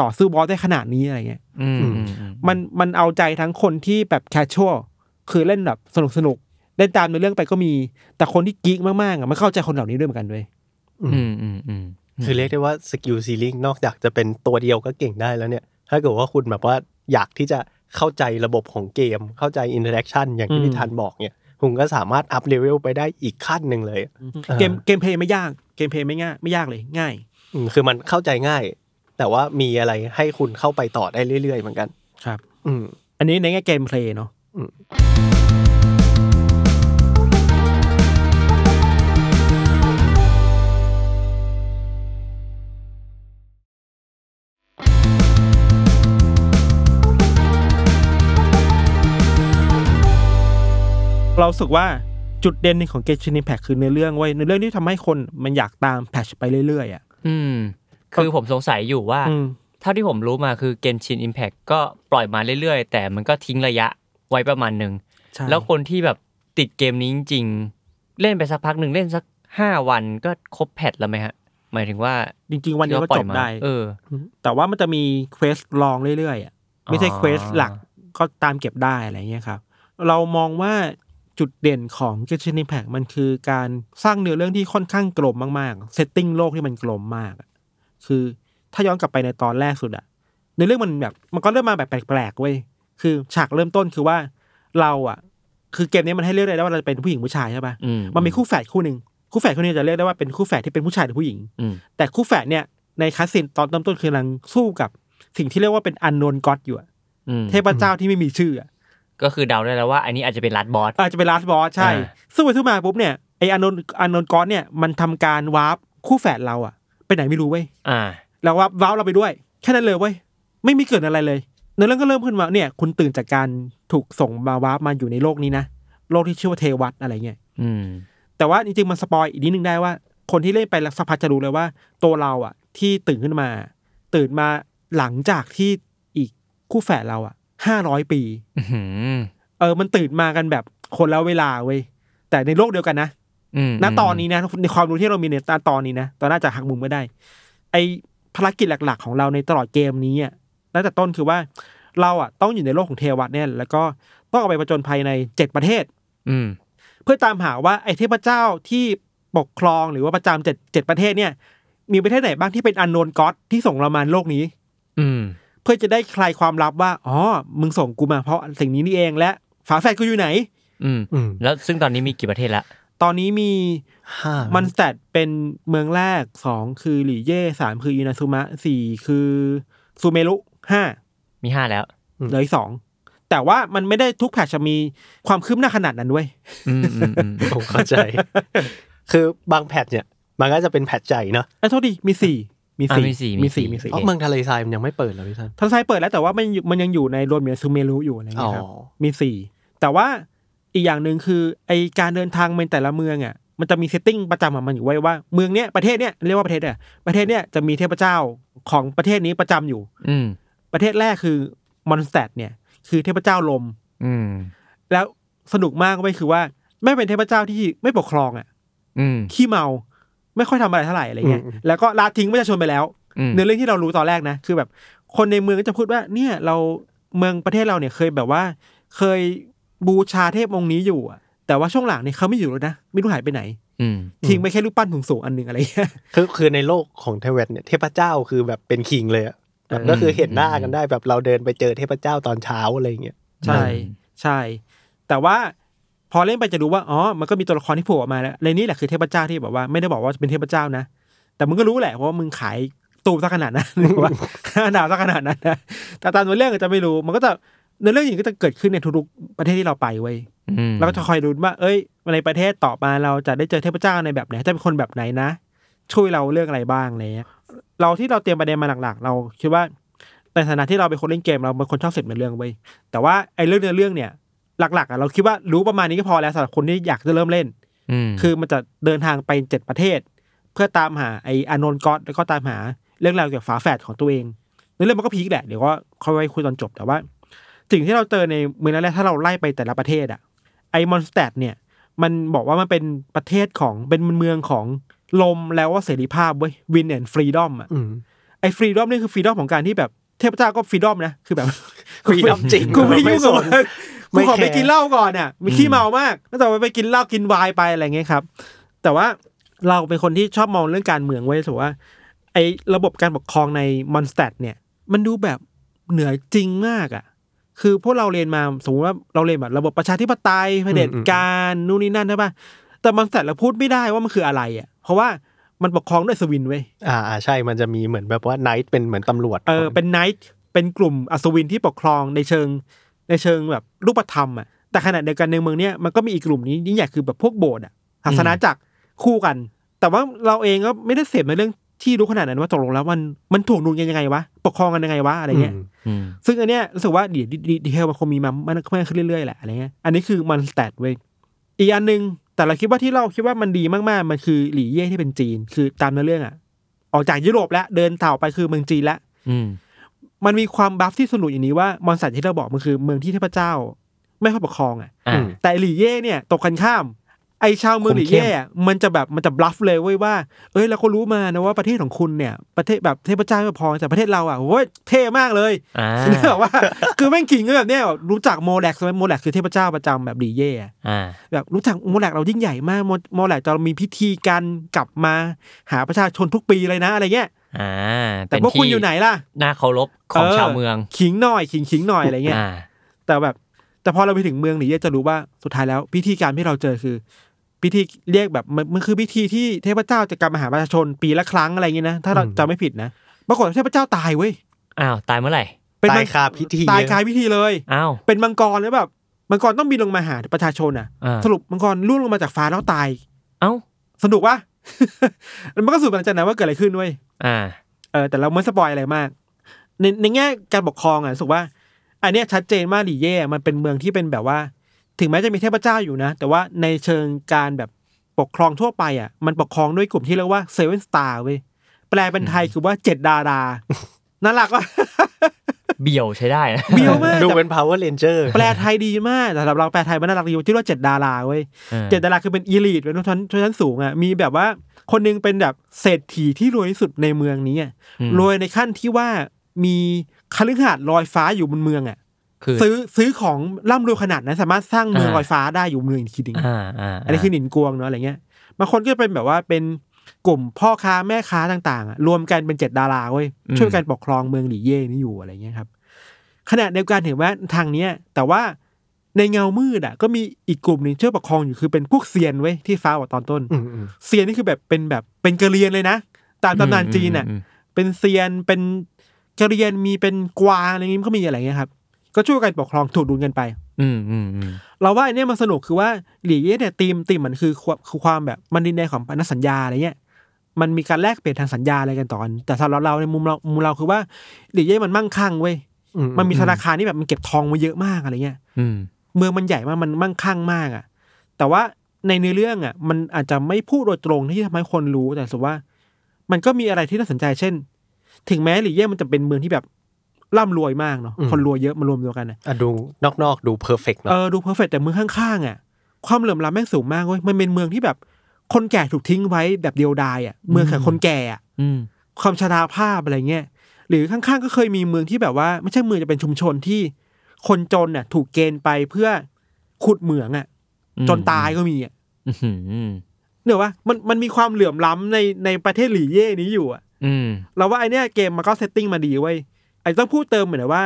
ต่อสู้บอสได้ขนาดนี้อะไรเงี้ย อืมอืม มันมันเอาใจทั้งคนที่แบบแคชชวลคือเล่นแบบสนุกสนุกเล่นตามในอเรื่องไปก็มี แต่คนที่กิ๊กมากๆอ่ะมันเข้าใจคนเหล่านี้ด้วยเหมือนกันเว้ย อืมอืมอืม คือเรียกได้ว่าสกิลซีลิงนอกจากจะเป็นตัวเดียวก็เก่งได้แล้วเนี่ย ถ้าเกิดว่าคุณแบบว่าอยากที่จะเข้าใจระบบของเกม เข้าใจอินเทอร์แอคชั่นอย่างที่พี่ทันบอกเนี่ยคุณก็สามารถอัพเลเวลไปได้อีกขั้นหนึ่งเลยออ เกมเกมเพลย์ไม่ยากเกมเพลย์ไม่ง่ายไม่ยากเลยง่าย อืมคือมันเข้าใจง่าย แต่ว่ามีอะไรให้คุณเข้าไปต่อได้เรื่อย ๆ เหมือนกัน ครับ อืม อันนี้ในแง่เกมเพลย์เนาะ อืม เรารู้สึกว่าจุดเด่นหนึ่งของเกมชินิแพคคือเนื้อเรื่องเว้ยเนื้อเรื่องที่ทำให้คนมันอยากตามแพทชไปเรื่อยๆอ่ะ อืมคือผมสงสัยอยู่ว่า อืม เท่าที่ผมรู้มาคือเกนชินอิมแพ t ก็ปล่อยมาเรื่อยๆ แต่มันก็ทิ้งระยะไว้ประมาณหนึ่ง ใช่ แล้วคนที่แบบติดเกมนี้จริงๆ เล่นไปสักพักหนึ่งเล่นสักห้าวันก็ครบแพทแล้วไหมฮะ หมายถึงว่า จริง ๆ วันเดียวก็ ที่ปล่ จ อย บ มา ได้ เออ แต่ว่ามันจะมีเควสลองเรื่อยๆอะไม่ใช่ อ๋อ เควสหลักก็ตามเก็บได้อะไรเงี้ยครับ เรามองว่า จุดเด่นของ Genshin Impact มันคือการสร้างเนื้อเรื่องที่ค่อนข้างกลมมากๆ เซตติ้งโลกที่มันกลมมากอะคือถ้าย้อนกลับไปในตอนแรกสุดอะเนื้อเรื่องมันแบบมันก็เริ่มมาแบบแปลกๆเว้ยคือฉากเริ่มต้นคือว่าเราอะคือเกมนี้มันให้เลือกได้ว่าเราจะเป็นผู้หญิงผู้ชายใช่ปะ อืม มันมีคู่แฝดคู่หนึ่งคู่แฝดคู่นี้จะเรียกได้ว่าเป็นคู่แฝดที่เป็นผู้ชายหรือผู้หญิง อืม แต่คู่แฝดเนี่ยในคัสซินตอนต้นต้นคือกำลังสู้กับสิ่งที่เรียกว่าเป็นอันนนก็อดอยู่อะ อืม เทพเจ้าที่ไม่มีชื่ออะ ก็คือเดาได้แล้วว่า อันนี้อาจจะเป็นลัดบอส อาจจะเป็นลาสบอสใช่ อ่า ซึ่งไปสู้มาปุ๊บเนี่ยไออันนนอันนนก็อดเนี่ยมันทำการวาร์ปคู่แฝดเราอะไปไหนไม่รู้เว้ย อ่า แล้ววาร์ปวาร์ปเราไปด้วย แค่นั้นเลยเว้ยไม่มีเกิดอะไรเลยในเรื่องก็เริ่มขึ้นมาเนี่ย คุณตื่นจากการถูกส่งมาวาร์ปมาอยู่ในโลกนี้นะโลกที่ชื่อว่าเทวัตอะไรเงี้ย อืม แต่ว่าจริงๆ มันสปอยอีกนิดนึงได้ว่า คนที่เล่นไปแล้วสักพักจะรู้เลยว่า ตัวเราอ่ะ ที่ตื่นขึ้นมา ตื่นมาหลังจากที่อีกคู่แฝดเราอ่ะห้าร้อยปี อื้อหือ เออมันตื่นมากันแบบคนละเวลาเว้ยแต่ในโลกเดียวกันนะ อืม ณตอนนี้นะในความรู้ที่เรามีในตอนนี้นะตอนน่าจะหักมุมไม่ได้ ไอภารกิจหลักๆ ของเราในตลอดเกมนี้อ่ะตั้งแต่ต้นคือว่า เราอ่ะต้องอยู่ในโลกของเทวัตเนี่ยแล้วก็ต้องออกไปประจนภัยในเจ็ดประเทศ อืม เพื่อตามหาว่าไอ้เทพเจ้าที่ปกครองหรือว่าประจำเจ็ดเจ็ดประเทศเนี่ย มีประเทศไหนบ้างที่เป็นอันโนนก็อดที่ส่งเรามาโลกนี้ อืม เพื่อจะได้คลายความลับว่าอ๋อมึงส่งกูมาเพราะสิ่งนี้นี่เองและฝาแฝดกูอยู่ไหน อืม อืม แล้วซึ่งตอนนี้มีกี่ประเทศละ ตอนนี้มี ห้า มั มัน สแตดเป็นเมืองแรกสองคือหลี่เย่สามคืออินาซุมะสี่คือซูเมรุห้า มีห้าแล้ว เหลืออีกสองแต่ว่ามันไม่ได้ทุกแพทช์จะมีความคืบหน้าขนาดนั้นเว้ย อืมอืมอืม ผมเข้าใจ คือบางแพทเนี่ย มันก็จะเป็นแพทใหญ่เนอะ ไอ้ยโทษดีมีสี่มี อ่ะ สี่ มีสี่ มีสี่มีสี่ เพราะเมืองทะเลทรายมันยังไม่เปิดเหรอพี่ท่าน ทันไซด์เปิดแล้วแต่ว่ามันอยู่มันยังอยู่ในรวมเหมือนซูเมรุอยู่อะไรอย่างเงี้ยครับ มีสี่แต่ว่าอีกอย่างหนึ่งคือไอการเดินทางในแต่ละเมืองอ่ะมันจะมีเซตติ้งประจำของมันอยู่ไว้ว่าเมืองเนี้ยประเทศเนี้ยเรียกว่าประเทศเนี่ยประเทศเนี้ยจะมีเทพเจ้าของประเทศนี้ประจำอยู่ อืม ประเทศแรกคือมอนสเตดเนี่ยคือเทพเจ้าลม อืม แล้วสนุกมากไว้ยคือว่าไม่เป็นเทพเจ้าที่ไม่ปกครองอ่ะ อืม ขี้เมาไม่ค่อยทำอะไรเท่าไหร่อะไรเงี้ย อืม แล้วก็ลาทิ้งประชาชนไปแล้ว อืม เนื้อเรื่องที่เรารู้ตอนแรกนะคือแบบคนในเมืองก็จะพูดว่าเนี่ยเราเมืองประเทศเราเนี่ยเคยแบบว่า เคยบูชาเทพองค์นี้อยู่อะแต่ว่าช่วงหลังเนี่ยเขาไม่อยู่แล้วนะไม่รู้หายไปไหน อืม ทิ้งไปแค่รูปปั้นสูงๆอันหนึ่งอะไรเงี้ย คือคือในโลกของเทเวตเนี่ยเทพเจ้าคือแบบเป็นคิงเลยอะแบบก็คือเห็นหน้ากันได้แบบเราเดินไปเจอเทพเจ้าตอนเช้าอะไรอย่างเงี้ย ใช่ใช่ แต่ว่าพอเล่นไปจะรู้ว่าอ๋อมันก็มีตัวละครที่โผล่ออกมาแล้วในนี้แหละคือเทพเจ้าที่แบบว่าไม่ได้บอกว่าเป็นเทพเจ้านะ แต่มึงก็รู้แหละเพราะว่ามึงขายตูมซะขนาดนั้น หรือว่าดาวซะขนาดนั้นนะแต่ตามตัวเรื่องอาจจะไม่รู้มันก็จะในเรื่องอย่างนี้ก็จะเกิดขึ้นในทุกๆประเทศที่เราไปเว้ย อืม เราก็จะคอยดูว่า เอ้ย ในประเทศต่อมาเราจะได้เจอเทพเจ้าในแบบไหน จะเป็นคนแบบไหนนะ ช่วยเราเรื่องอะไรบ้างอะไรเงี้ยเราที่เราเตรียมประเด็นมาหลักๆ เราคิดว่า ในฐานะที่เราเป็นคนเล่นเกมเราเป็นคนชอบเสพในอเรื่องไว้ยแต่ว่าไอ้เรื่องในอเรื่องเนี่ย หลักๆอ่ะเราคิดว่ารู้ประมาณนี้ก็พอแล้วสำหรับคนที่อยากจะเริ่มเล่น อืม คือมันจะเดินทางไปเจ็ดประเทศ เพื่อตามหาไอ้อานนท์ก็อตแล้วก็ตามหาเรื่องราวเกี่ยวกับฝาแฝดของตัวเองในเรื่องมันก็พีคแหละเดี๋ยวก็ค่อยไว้คุยตอนจบแต่ว่าสิ่งที่เราเจอในเมืองแรกๆถ้าเราไล่ไปแต่ละประเทศอะไอ้มอนสเตดเนี่ย มันบอกว่ามันเป็นประเทศของเป็นเมืองของลมแล้วว่าเสรีภาพเว้ยวินแอนฟรีดอมอะ อืม ไอ้ฟรีดอมนี่คือฟรีดอมของการที่แบบเทพเจ้าก็ฟรีดอมนะคือแบบ freedom จริง กูไม่ยุ่งกับมึง ไม่ กูขอไป แคร์ กินเหล้าก่อนอ่ะมีขี้เมามากแล้วต่อไปไปกินเหล้ากินไวน์ไปอะไรเงี้ยครับ แต่ว่าเราเป็นคนที่ชอบมองเรื่องการเมืองไว้ถือว่า ไอ้ระบบการปกครองในมอนสเตดเนี่ย มันดูแบบเหนือจริงมากอ่ะ คือพวกเราเรียนมาสมมติว่าเราเรียนแบบระบบประชาธิปไตยเผด็จการนู่นนี่นั่นใช่ป่ะแต่มอนสเตดเราพูดไม่ได้ว่ามันคืออะไรอ่ะ เพราะว่ามันปกครองด้วยสวินเว้ย อ่าอ่าใช่มันจะมีเหมือนแบบว่าไนท์เป็นเหมือนตำรวจ เออเป็นไนท์เป็นกลุ่มอัศวินที่ปกครองในเชิงในเชิงแบบรูปธรรมอ่ะแต่ขณะเดียวกันในเมืองเนี้ยมันก็มีอีกกลุ่มนี้ยิ่งใหญ่คือแบบพวกโบสถ์อ่ะศาสนาจักรคู่กัน แต่ว่าเราเองก็ไม่ได้เสพในเรื่องที่รู้ขนาดนั้นว่าตกลงแล้วมันมันถ่วงดุลกันยังไงวะปกครองกันยังไงวะอะไรเงี้ย ม อืม ซึ่งอันเนี้ยรู้สึกว่าเดี๋ยวดีดีดีเทลมันคงมีมามันเพิ่มขึ้นเรื่อยๆแหละอะไรเงี้ยอันนี้คือมันสแตทเว้ยอีกอันหนึ่งแต่เราคิดว่าที่เราคิดว่ามันดีมากๆมันคือหลี่เย่ที่เป็นจีนคือตามเนื้อเรื่องอ่ะออกจากยุโรปแล้วเดินต่อไปคือเมืองจีนแล้ว อืม มันมีความบัฟที่สนุกอย่างนี้ว่ามอนสันที่เราบอกมันคือเมืองที่เทพเจ้า ไม่ค่อยปกครองอ่ะ อ่า แต่หลีเย่เนี่ยตกกันข้าม ไอ ไอชาวเมืองหรือแย่อะมันจะแบบมันจะบลัฟเลยเว้ยว่า เอ้ยเราก็รู้มานะว่าประเทศของคุณเนี่ย ประเทศแบบเทพเจ้าไม่พอแต่ประเทศเราอ่ะโอ้ยเท่มากเลย อ่า เนี่ยแบบว่า คือแม่งขิงกันแบบเนี้ยแบบรู้จักโมแลกใช่ไหมโมแลกคือเทพเจ้าประจำแบบหลีเย่อะ อ่า แบบรู้จักโมแลกเรายิ่งใหญ่มากโมโมแลกจะมีพิธีการกลับมาหาประชาชนทุกปีเลยนะอะไรเงี้ย อ่า แต่พวกคุณอยู่ไหนล่ะ น่าเคารพของชาวเมือง ขิงหน่อยขิงขิงหน่อยอะไรเงี้ย อ่า แต่แบบ แต่พอเราไปถึงเมืองหนีจะรู้ว่าสุดท้ายแล้ว พิธีการที่เราเจอคือ พิธีเรียกแบบมันมันคือพิธีที่เทพเจ้าจะกลับมาหาประชาชนปีละครั้งอะไรเงี้ยนะถ้าเรา อืม จำไม่ผิดนะปรากฏว่าเทพเจ้าตายเว้ย อ้าวตายเมื่อไหร่ เป็น ตาย มัง คาพิธี ตาย เลย คาพิธีเลย อ้าว เป็นมังกรแล้วแบบมังกรต้องบินลงมาหาประชาชนอ่ะ อ่า สรุปมังกรล่วงลงมาจากฟ้าแล้วตาย เอ้า สนุกปะ มันก็สืบหลังจากนั้นว่าเกิดอะไรขึ้นด้วย อ่า เออแต่เราไม่สปอยอะไรมาก ในในแง่การปกครองอ่ะรู้สุว่า อันเนี้ยชัดเจนมากหลีเย่มันเป็นเมืองที่เป็นแบบว่า ถึงแม้จะมีเทพเจ้าอยู่นะ แต่ว่าในเชิงการแบบปกครองทั่วไปอ่ะ มันปกครองด้วยกลุ่มที่เรียกว่าเซเว่นสตาร์เว้ยแปลเป็นไทยคือว่าเจ็ดดารา น่ารักว่ะ เบี่ยวใช้ได้นะ เบี้ยวมาก ดู แต่ เป็น power ranger แปลไทยดีมากแต่สำหรับเราแปลไทยมันน่ารักดีที่ว่าเจ็ดดาราเว้ย เจ็ดดาราคือเป็นอีลิทเป็นชนชั้นชนชั้นสูงอ่ะมีแบบว่าคนหนึงเป็นแบบเศรษฐีที่รวยที่สุดในเมืองนี้อ่ะ อืม รวยในขั้นที่ว่ามีคฤหาสน์ลอยฟ้าอยู่บนเมืองอ่ะ คือ ซื้อซื้อของร่ำรวยขนาดนั้นสามารถสร้างเมือง อ่า ลอยฟ้าได้อยู่เมืองอีกทีหนึง อ่าอ่า อันนี้คือหนินกวงเนาะอะไรเงี้ยบางคนก็เป็นแบบว่าเป็นกลุ่มพ่อค้าแม่ค้าต่างๆอ่ะรวมกันเป็นเจ็ดดาราเว้ยช่วยกันปกครองเมืองหลีเย่นี่อยู่อะไรเงี้ยครับขณะเดียวกันเห็นว่าทางเนี้ยแต่ว่า ในเงามืดอ่ะก็มีอีกกลุ่มหนึ่งช่วยปกครองอยู่คือเป็นพวกเซียนเว้ยที่ฟ้าบอกตอนต้น อืมอืม เซียนนี่คือแบบเป็นแบบเป็นกะเรียนเลยนะ ตามตำนานจีนอ่ะ มม เป็นเซียนเป็นกะเรียนมีเป็นกวางอะไรอย่างงี้มันก็มีอะไรเงี้ยครับ ก็ช่วยกันปกครองถูกดุลกันไป อืมอืมอืม เราว่าอันเนี้ยมันสนุกคือว่าหลีเย่เนี่ยตีมตีมมันคือความคือความแบบมันดินแดนของพันธสัญญาอะไรเงี้ยมันมีการแลกเปลี่ยนทางสัญญาอะไรกันต่อกันแต่สำหรับเราในมุมเรามุมเราคือว่าหลีเย่มันมั่งคั่งเว้ย อื มันมีธนาคารที่แบบมันเก็บทองมาเยอะมากอะไรเงี้ย อืม เมืองมันใหญ่มากมันมั่งคั่งมากอะ่ะ แต่ว่าในเนื้อเรื่องอะ่ะ มันอาจจะไม่พูดโดยตรงที่ทำให้คนรู้แต่สมมุติว่า มันก็มีอะไรที่น่าสนใจเช่น ถึงแม้หลีเย่มันจะเป็นเมืองที่แบบร่ำรวยมากเนาะคนรวยเยอะมารวมตัวกันอะ อ่ะดูนอกๆดู perfect เอ เนาะ อดูเพอร์เฟกแต่เมืองข้างๆอะ่ะ ความเหลื่อมล้ำแม่งสูงมากเว้ยมันเป็นเมืองที่แบบ คนแก่ถูกทิ้งไว้แบบเดียวดายอะ่ะ เมืองแห่งคนแก่อะ อืม ความชราภาพอะไรเงี้ยหรือข้างๆ ก็เคยมีเมืองที่แบบว่า ไม่ใช่เมืองจะเป็นชุมชนที่คนจนน่ะ ถูกเกณฑ์ไปเพื่อขุดเหมืองอ่ะ จนตายก็มีอ่ะ อืมอืม เนกอะว่ามันมันมีความเหลื่อมล้ำในในประเทศหลีเย่นี้อยู่อ่ะ อืม เราว่าไอเนี้ยเกมมันก็เซตติ้งมาดีเว้ยไอต้องพูดเติมเหมือนนะว่า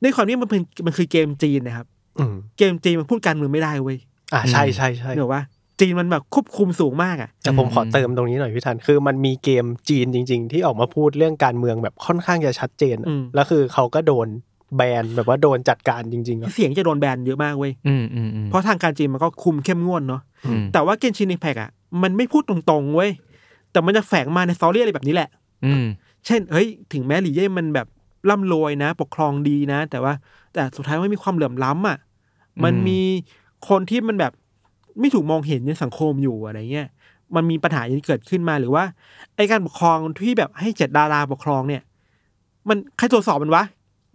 ในความที่มันเป็นมันคือเกมจีนนะครับ อืม เกมจีนมันพูดการเมืองไม่ได้เว้ย อ่าใช่ใช่ใช่ เนกอะว่าจีนมันแบบควบคุมสูงมากอ่ะ แต่ผมขอเติมตรงนี้หน่อยพี่ทัน คือมันมีเกมจีนจริง ๆ ที่ออกมาพูดเรื่องการเมืองแบบค่อนข้างจะชัดเจนอะ อืม แล้วคือเขาก็โดนแบนแบบว่าโดนจัดการจริงๆอะ เสียงจะโดนแบนเยอะมากเว้ย อืมอืมอืม เพราะทางการจีนมันก็คุมเข้มงวดเนาะ อืม แต่ว่าเกนชินอิมแพกอ่ะมันไม่พูดตรงๆเว้ยแต่มันจะแฝงมาในสตอรี่อะไรแบบนี้แหละ อืม เช่น เฮ้ย ถึงแม้หลีเย่มันแบบร่ำรวยนะ ปกครองดีนะ แต่ว่า แต่สุดท้ายมันมีความเหลื่อมล้ำอ่ะ มันมีคนที่มันแบบไม่ถูกมองเห็นในสังคมอยู่อะไรเงี้ย มันมีปัญหาอย่างนี้เกิดขึ้นมาหรือว่าไอการปกครองที่แบบให้เจ็ดดาราปกครองเนี่ย มันใครตรวจสอบมันวะ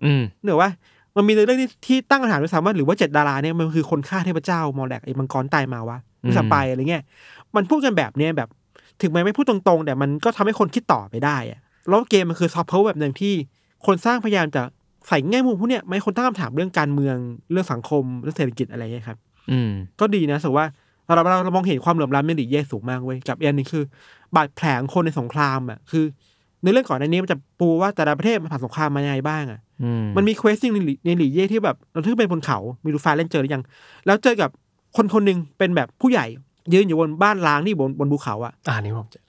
อืม เหนือว่า มันมีเรื่องที่ที่ตั้งคำถามด้วยซ้ำว่าหรือว่าเจ็ดดาราเนี่ยมันคือคนฆ่าเทพเจ้ามอแลกไอ้มังกรตายมาวะไม่สัมไปอะไรเงี้ย มันพูดกันแบบเนี้ยแบบ ถึงแม้ไม่พูดตรงๆ แต่มันก็ทำให้คนคิดต่อไปได้อะแล้วเกมมันคือซอฟต์พาวแบบหนึ่งที่ คนสร้างพยายามจะใส่แง่มุมพวกเนี้ยไม่ให้คนตั้งคำถามเรื่องการเมืองเรื่องสังคมเรื่องเศรษฐกิจอะไรเงี้ยครับ อืม ก็ดีนะแต่ว่าเราเราเรามองเห็นความเหลื่อมล้ำในหลีกเย่สูงมากเว้ยกับอีกอันหนึ่งคือบาดแผลของคนในสงครามอ่ะคือในเรื่องก่อนในนี้มันจะปูว่าแต่ละประเทศมันผ่านสงครามมายังไงบ้างอ่ะ อืม มันมีเควสหนึ่งในหลีในหลีเย่ที่แบบเราทึ่งเป็นบนเขามีรูฟ้าเล่นเจอหรือยัง แล้วเจอกับคนคนหนึ่งเป็นแบบผู้ใหญ่ ยืนอยู่บนบ้านล้างที่บนบนภูเขาอ่ะ อ่านี่ผมจะ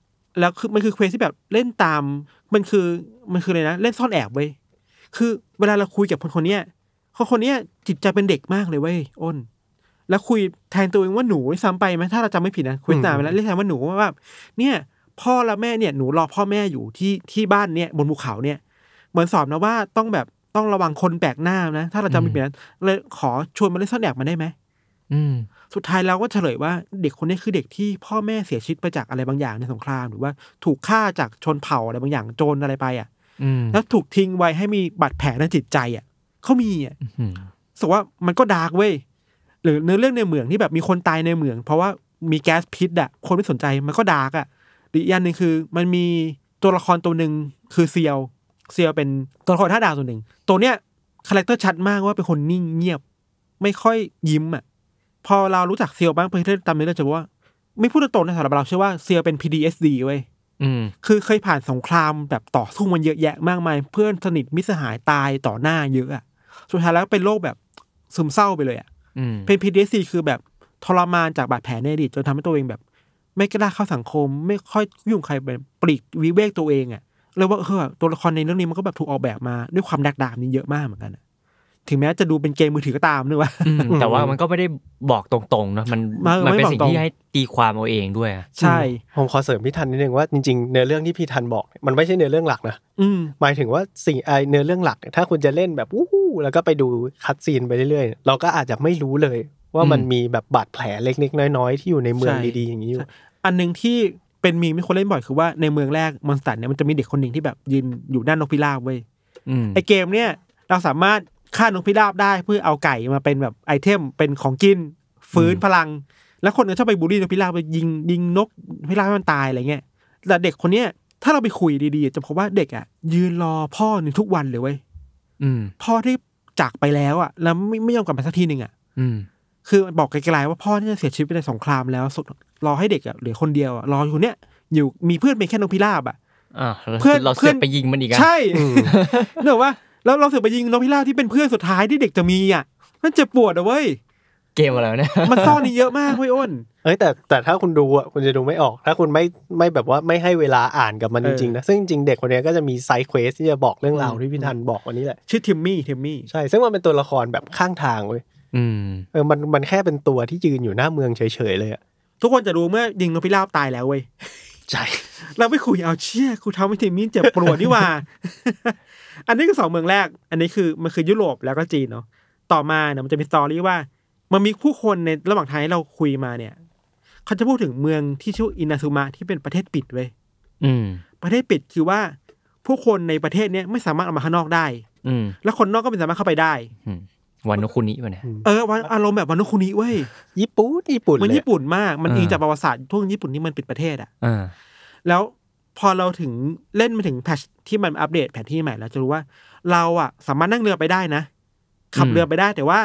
แล้วคือมันคือเควสที่แบบเล่นตามมันคือมันคืออะไรนะ เล่นซ่อนแอบเว้ยคือเวลาเราคุยกับคนคนเนี้ยคนคนเนี้ยจิตใจเป็นเด็กมากเลยเว้ยอ้น แล้วคุยแทนตัวเองว่าหนูด้วยซ้ำไปไหมถ้าเราจำไม่ผิดนะคุยตามไปแล้วเรียกแทนว่าหนูว่าแบบเนี่ย พ่อและแม่เนี่ยหนูรอพ่อแม่อยู่ที่ที่บ้านเนี่ยบนภูเขาเนี่ย เหมือนสอนนะว่าต้องแบบต้องระวังคนแปลกหน้านะ ถ้าเราจำไม่ผิดนะเลยขอชวนมาเล่นซ่อนแอบมาได้ไหม อืม สุดท้ายเราก็เฉลยว่าเด็กคนนี้คือเด็กที่พ่อแม่เสียชีวิตไปจากอะไรบางอย่างในสงคราม หรือว่าถูกฆ่าจากชนเผ่าอะไรบางอย่างโจรอะไรไปอ่ะ อืม แล้วถูกทิ้งไว้ให้มีบาดแผลในจิตใจอ่ะเขามีอ่ะ อืม รู้สึกว่ามันก็ดาร์กเว้ยหรือเนื้อเรื่องในเหมืองที่แบบมีคนตายในเหมือง เพราะว่า มีแก๊สพิษอะคนไม่สนใจมันก็ดาร์กอะหรืออีกอย่างหนึ่งคือ มันมีตัวละครตัวหนึ่งคือเซียวเซียวเป็นตัวละครท่าดาวตัวหนึ่งตัวเนี้ยคาแรคเตอร์ชัดมากว่าเป็นคนนิ่งเงียบ ไม่ค่อยยิ้มอะพอเรารู้จักเซียวบ้างเพื่อนตามนี้เราจะรู้ว่า ไม่พูดตรงๆนะสำหรับเราเชื่อว่าเซียวเป็น PDSD เว้ย อืม คือเคยผ่านสงครามแบบต่อสู้มันเยอะแยะมากมาย เพื่อนสนิทมิตรสหายตายต่อหน้าเยอะอะสุดท้ายแล้วเป็นโรคแบบซึมเศร้าไปเลยอะ อืม เป็น PTSD คือแบบทรมานจากบาดแผลในอดีตจนทำให้ตัวเองแบบ ไม่กล้าเข้าสังคม ไม่ค่อยยุ่งใครเป็นปลีกวิเวกตัวเองอะเลยว่าเออตัวละครในเรื่องนี้มันก็แบบถูกออกแบบมาด้วยความดักดานนี้เยอะมากเหมือนกันอะถึงแม้จะดูเป็นเกมมือถือก็ตามนึกว่า อืมแต่ว่ามันก็ไม่ได้บอกตรงๆเนอะมัน มัน มันเป็น ไม่บอก สิ่ง ตรง ที่ให้ตีความเอาเองด้วยอะ ใช่ ผมขอเสริมพี่ทันนิดนึงว่าจริงๆเนื้อเรื่องที่พี่ทันบอกเนี่ยมันไม่ใช่เนื้อเรื่องหลักนะ อืม หมายถึงว่าสิ่งไอเนื้อเรื่องหลักเนี่ยถ้าคุณจะเล่นแบบวู้ฮู้แล้วก็ไปดูคัดซีนไปเรื่อยๆ เราก็อาจจะไม่รู้เลย ว่ามันมีแบบบาดแผลเล็กๆ น้อยๆ ที่อยู่ในเมือง ใช่ ดีๆ อย่างนี้อยู่ อันหนึ่งที่เป็นมีมที่คนเล่นบ่อยคือว่าในเมืองแรกมอนสเตอร์เนี่ยมันจะมีเด็กคนหนึ่งที่แบบยืนอยู่ด้านนกพิราบเว้ย อืม ไอเกมเนี่ยเราสามารถฆ่านกพิราบได้เพื่อเอาไก่มาเป็นแบบไอเทมเป็นของกินฟื้นพลัง แล้วคนก็ชอบไปบูลลี่นกพิราบไปยิงยิงนกพิราบให้มันตายอะไรเงี้ยแต่เด็กคนเนี้ยถ้าเราไปคุยดีๆ จะพบว่าเด็กอ่ะ ยืนรอพ่อหนึ่งทุกวันเลยเว้ย อืม พ่อที่จากไปแล้วอ่ะแล้วไม่ไม่ยอมกลับมาสักทีหนึ่งอ่ะ อืม คือบอกไกลๆว่าพ่อที่จะเสียชีวิตไปในสงครามแล้วสุดรอให้เด็กอ่ะเหลือคนเดียวอ่ะรออยู่เนี้ยอยู่มีเพื่อนเป็นแค่นกพิราบอ่ะ อ่าแล้ว เพื่อน เรา เพื่ เสื อ อน กไปยิงมันอีกอะ ใช่เนกอะ ว่าแล้วเราเสือกไปยิงนกพิราบที่เป็นเพื่อนสุดท้ายที่เด็กจะมีอ่ะมันเจ็บปวดอะเว้ย เกมอะไรวะเนี่ย มันซ่อนนี่เยอะมากเว้ยอ้น เอ้ยแต่แต่ถ้าคุณดูอ่ะคุณจะดูไม่ออก ถ้าคุณไม่ไม่แบบว่าไม่ให้เวลาอ่านกับมัน เออจริงๆนะซึ่งจริงๆเด็กคนเนี้ยก็จะมีไซด์เควสที่จะบอกเรื่องราวที่พี่ทันบอกวันนี้แหละ ชื่อทิมมี่ทิมมี่ ใช่ซึ่งมันเป็นตัวละครแบบข้างทางเว้ย อืม เออมันมันแค่เป็นตัวที่ยืนอยู่หน้าเมืองเฉยๆเลยอ่ะ ทุกคนจะรู้เมื่อยิงนกพิราบตายแล้วเว้ย ใช่ เราไปคุยเอาเชี่ยกูทำให้ทิมมี่เจ็บปวดนี่หว่า อันนี้คือสองเมืองแรก อันนี้คือมันคือยุโรปแล้วก็จีนเนาะต่อมาเนี่ยมันจะมีสตอรี่ว่า มันมีผู้คนในระหว่างทางที่เราคุยมาเนี่ยเขาจะพูดถึงเมืองที่ชื่ออินาซุมะที่เป็นประเทศปิดเว้ย อืม ประเทศปิดคือว่าผู้คนในประเทศเนี้ยไม่สามารถออกมาข้างนอกได้ อืม แล้วคนนอกก็ไม่สามารถเข้าไปได้ วันนคุนิปะเนี่ย เออวันอารมณ์แบบวันนคุนิเว้ย ญี่ปุ่นญี่ปุ่น มัน เลย ญี่ปุ่นมาก มัน อ่า อิงจากประวัติศาสตร์ช่วงญี่ปุ่นที่มันปิดประเทศอ่ะ อ่า แล้วพอเราถึงเล่นมาถึงแพทชที่มันอัปเดตแผนที่ใหม่แล้วจะรู้ว่า เราอ่ะสามารถนั่งเรือไปได้นะ ขับเรือไปได้แต่ว่า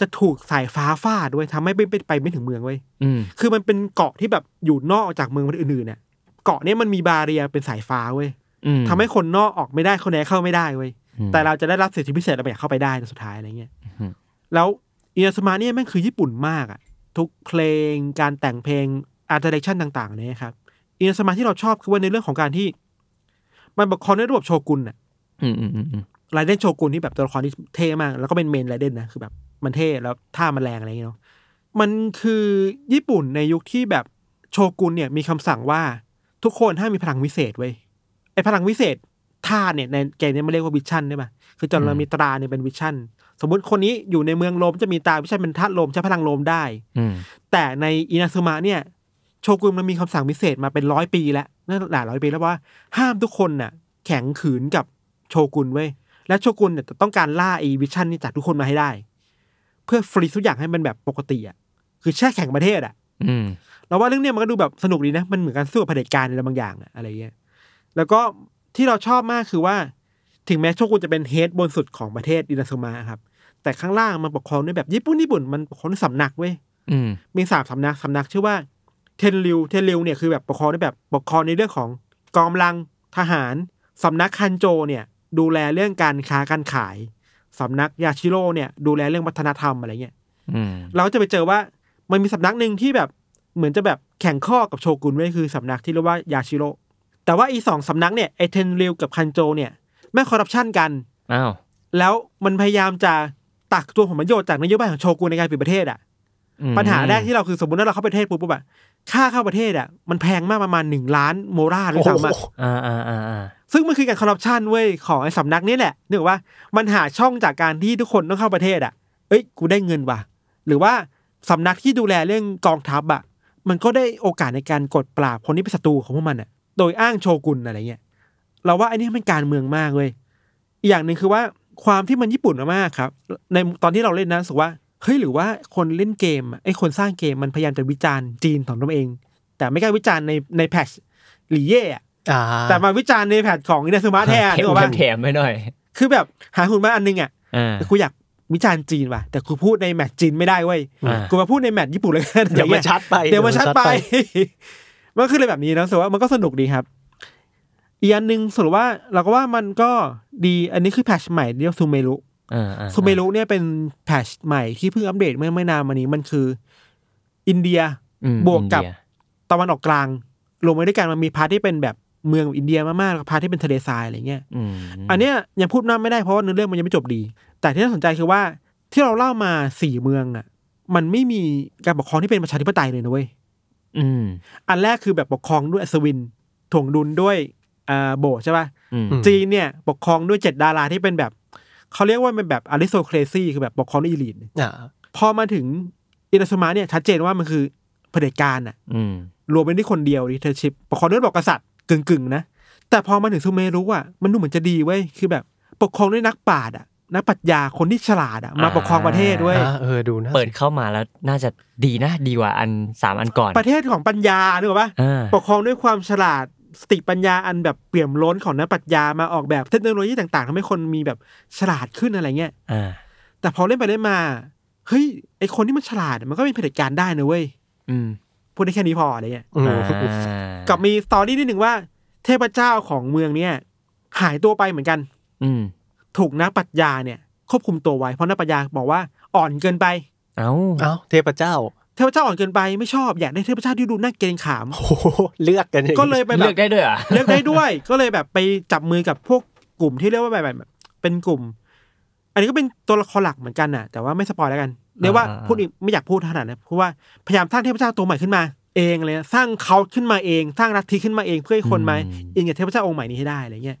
จะถูกสายฟ้าฟาดด้วยทำให้ไม่ไปไปไม่ถึงเมืองเว้ย อืม คือมันเป็นเกาะที่แบบอยู่นอกจากเมืองอื่นๆเนี่ย เกาะเนี้ยมันมีบาเรียเป็นสายฟ้าเว้ย อืม ทำให้คนนอกออกไม่ได้คนไหนเข้าไม่ได้เว้ย อืม แต่เราจะได้รับสิทธิพิเศษอะไรบางอย่างเข้าไปได้ในสุดท้ายอะไรเงี้ย อืม แล้วอินาสมาเนี่ยแม่งคือญี่ปุ่นมากอะทุกเพลงการแต่งเพลงอาร์ตเดคชั่นต่างๆเนี่ยครับอินาสมาที่เราชอบคือว่าในเรื่องของการที่ มันปกครองในระบบโชกุนอะ อืมอืมอืมอืม ไรเดนโชกุนที่แบบตัวละครที่เท่มาก แล้วก็เป็นเมนไรเดนนะคือแบบมันเท่แล้วท่ามันแรงอะไรเงี้ยเนาะมันคือญี่ปุ่นในยุคที่แบบโชกุนเนี่ยมีคำสั่งว่าทุกคนห้ามมีพลังวิเศษเว้ยไอพลังวิเศษท่าเนี่ยในเกมเนี้มันเรียกว่าวิชั่นได้ปะคือจนเรามีตราเนี่ยเป็นวิชั่น สมมติคนนี้อยู่ในเมืองลมจะมีตาวิชันเป็นธาตุลมใช้พลังลมได้ อืม แต่ในอินาซึมะเนี่ย โชกุนมันมีคำสั่งพิเศษมาเป็นร้อยปีแล้วนั่นหลายร้อยปีแล้วว่าห้ามทุกคนน่ะ แข็งขืนกับโชกุนเว้ยและโชกุนเนี่ยจะต้องการล่าไอีวิชั่นนี่จากทุกคนมาให้ได้ เพื่อฟรีทุกอย่างให้มันแบบปกติอ่ะคือแช่แข็งประเทศอ่ะ อืม เราว่าเรื่องเนี้ยมันก็ดูแบบสนุกดีนะ มันเหมือนการสู้กับเผด็จการอะไรบางอย่างอะอะไรเงี้ย แล้วก็ที่เราชอบมากคือว่า ถึงแม้โชกุนจะเป็นเฮดบนสุดของประเทศอินาซึมะครับ แต่ข้างล่างมันปกครองด้วยแบบญี่ปุ่นญี่ปุ่นมันปกครองด้วยสำนักเว้ย อืม มีสามสำนักสำนักชื่อว่าเทนริวเทนริวเนี่ยคือแบบปกครองในแบบปกครองในเรื่องของกองกำลังทหารสำนักคันโจเนี่ย ดูแลเรื่องการค้าการขายสำนักยาชิโร่เนี่ยดูแลเรื่องวัฒนธรรมอะไรเงี้ย อืม เราจะไปเจอว่ามันมีสำนักหนึ่งที่แบบเหมือนจะแบบแข่งข้อกับโชกุนไว้ยคือสำนักที่เรียกว่ายาชิโร่แต่ว่าอีสองสำนักเนี่ยไอเทนริวกับคันโจเนี่ยแม่งคอร์รัปชันกัน อ้าว แล้วมันพยายามจะตักตัวผลประโยชน์จากนโยบายของโชกุนในการปิดประเทศอ่ะ อืม ปัญหาแรกที่เราคือสมมติว่าเราเข้าประเทศปุ๊บปุ๊บอะค่าเข้าประเทศอะมันแพงมากประมาณหนึ่งล้านโมราหรื โอ้ อ โห สามอะ อ่าอ่าอ่าอ่า ซึ่งมันคือการคอร์รัปชันเว้ยของไอ้สำนักนี้แหละนึกออกว่ามันหาช่องจากการที่ทุกคนต้องเข้าประเทศอะเอ้ยกูได้เงินว่ะ หรือว่าสำนักที่ดูแลเรื่องกองทัพอะมันก็ได้โอกาสในการกดปราบคนที่เป็นศัตรูของพวกมันอะโดยอ้างโชกุนอะไรเงี้ยเราว่าไอ้นี่มันการเมืองมากเว้ยอีกอย่างหนึ่งคือว่าความที่มันญี่ปุ่นมากๆครับ ในตอนที่เราเล่นนะรู้สึกว่า เฮ้ยหรือว่าคนเล่นเกมอะไอ้คนสร้างเกมมันพยายามจะวิจารณ์จีนของตัวเอง แต่ไม่กล้าวิจารณ์ในในแพทชหลีเย่อะ อ่า แต่มาวิจารณ์ในแพทชของอินาซูมะแท นนึกออกปะ แถมๆไปหน่อย คือแบบหาหุ่นมาอันนึงอ่ะ อ่า แต่กูอยากวิจารณ์จีนว่ะแต่กูพูดในแมตช์จีนไม่ได้เว้ย อ่ากู กูมาพูดในแมตช์ญี่ปุ่นเลยกัน เดี๋ยวมันชัดไป เดี๋ยวมันชัดไป มันก็คือเลยแบบนี้นะรู้สึกว่ามันก็สนุกดีครับ อีกอันหนึ่งสรุปว่าเราก็ว่ามันก็ดี อันนี้คือแพทชใหม่เรียกซูเมรุ อ่าอ่า ซูเมรุเนี่ยเป็นแพทชใหม่ที่เพิ่งอัปเดตเมื่อไม่นานมานี้มันคือ อินเดีย อืม บวกกับ อินเดีย ตะวันออกกลางรวมไว้ด้วยกันมันมีพาร์ทที่เป็นแบบเมืองอินเดียมากๆแล้วก็พาร์ทที่เป็นทะเลทรายอะไรเงี้ย อืม อันเนี้ยยังพูดนำไม่ได้เพราะว่าเนื้อเรื่องมันยังไม่จบดี แต่ที่น่าสนใจคือว่าที่เราเล่ามาสี่เมืองอ่ะ มันไม่มีการปกครองที่เป็นประชาธิปไตยเลยนะเว้ย อืม อันแรกคือแบบปกครองด้วยอัศวินถ่วงดุลด้วยอ่าโบสถ์ใช่ป่ะ อืม จีนเนี่ยปกครองด้วยเจ็ดดาราที่เป็นแบบ เขาเรียกว่าเป็นแบบอาริโซเครซีคือแบบปกครองด้วยอีลีท อ่า พอมาถึงอินาสมาเนี่ยชัดเจนว่ามันคือเผด็จการอะ อืม รวมเป็นที่คนเดียวดิเธอชิปปกครองด้วยระบอบกษัตริย์กึ่งๆนะแต่พอมาถึงซูเมรุอะมันดูเหมือนจะดีเว้ยคือแบบปกครองด้วยนักปราชญ์อะนักปรัชญาคนที่ฉลาดอะมาปกครองประเทศด้วย อ่าเออดูนะ เปิดเข้ามาแล้วน่าจะดีนะดีกว่าอันสามอันก่อน ประเทศของปัญญานึกออกปะ อ่า ปกครองด้วยความฉลาดสติปัญญาอันแบบเปี่ยมล้นของนักปรัชญามาออกแบบเทคโนโลยีต่างๆทำให้คนมีแบบฉลาดขึ้นอะไรเงี้ย อ่า แต่พอเล่นไปเล่นมาเฮ้ยไอคนที่มันฉลาดมันก็เป็นเผด็จการได้นะเว้ย อืม พูดได้แค่นี้พออะไรเงี้ย อืม อ่า กับมีสตอรี่นิดหนึ่งว่า เทพเจ้าของเมืองเนี่ยหายตัวไปเหมือนกัน อืม ถูกนักปรัชญาเนี่ยควบคุมตัวไว้เพราะนักปรัชญาบอกว่าอ่อนเกินไป เอ้า เอ้าเทพเจ้า เทพเจ้าอ่อนเกินไปไม่ชอบอยากได้เทพเจ้าที่ดูน่าเกรงขาม โอ้โหเลือกกันอย่างนี้ ก็เลยไปแบ เลือบ กได้ด้วยเหรอ่ะ เลือกได้ด้วย ก็เลยแบบไปจับมือกับพวกกลุ่มที่เรียกว่าแบบแบบเป็นกลุ่ม อันนี้ก็เป็นตัวละครหลักเหมือนกันน่ะ แต่ว่าไม่สปอยแล้วกันเรียกว่าพูดอีกไม่อยากพูดขนาดนั้นเพราะว่าพยายามสร้างเทพเจ้าตัวใหม่ขึ้นมา เองเลยนะสร้างเขาขึ้นมาเอง สร้างลัทธิขึ้นมาเองเพื่อให้คนมาอินกับเทพเจ้าองค์ใหม่นี้ให้ได้อะไรเงี้ย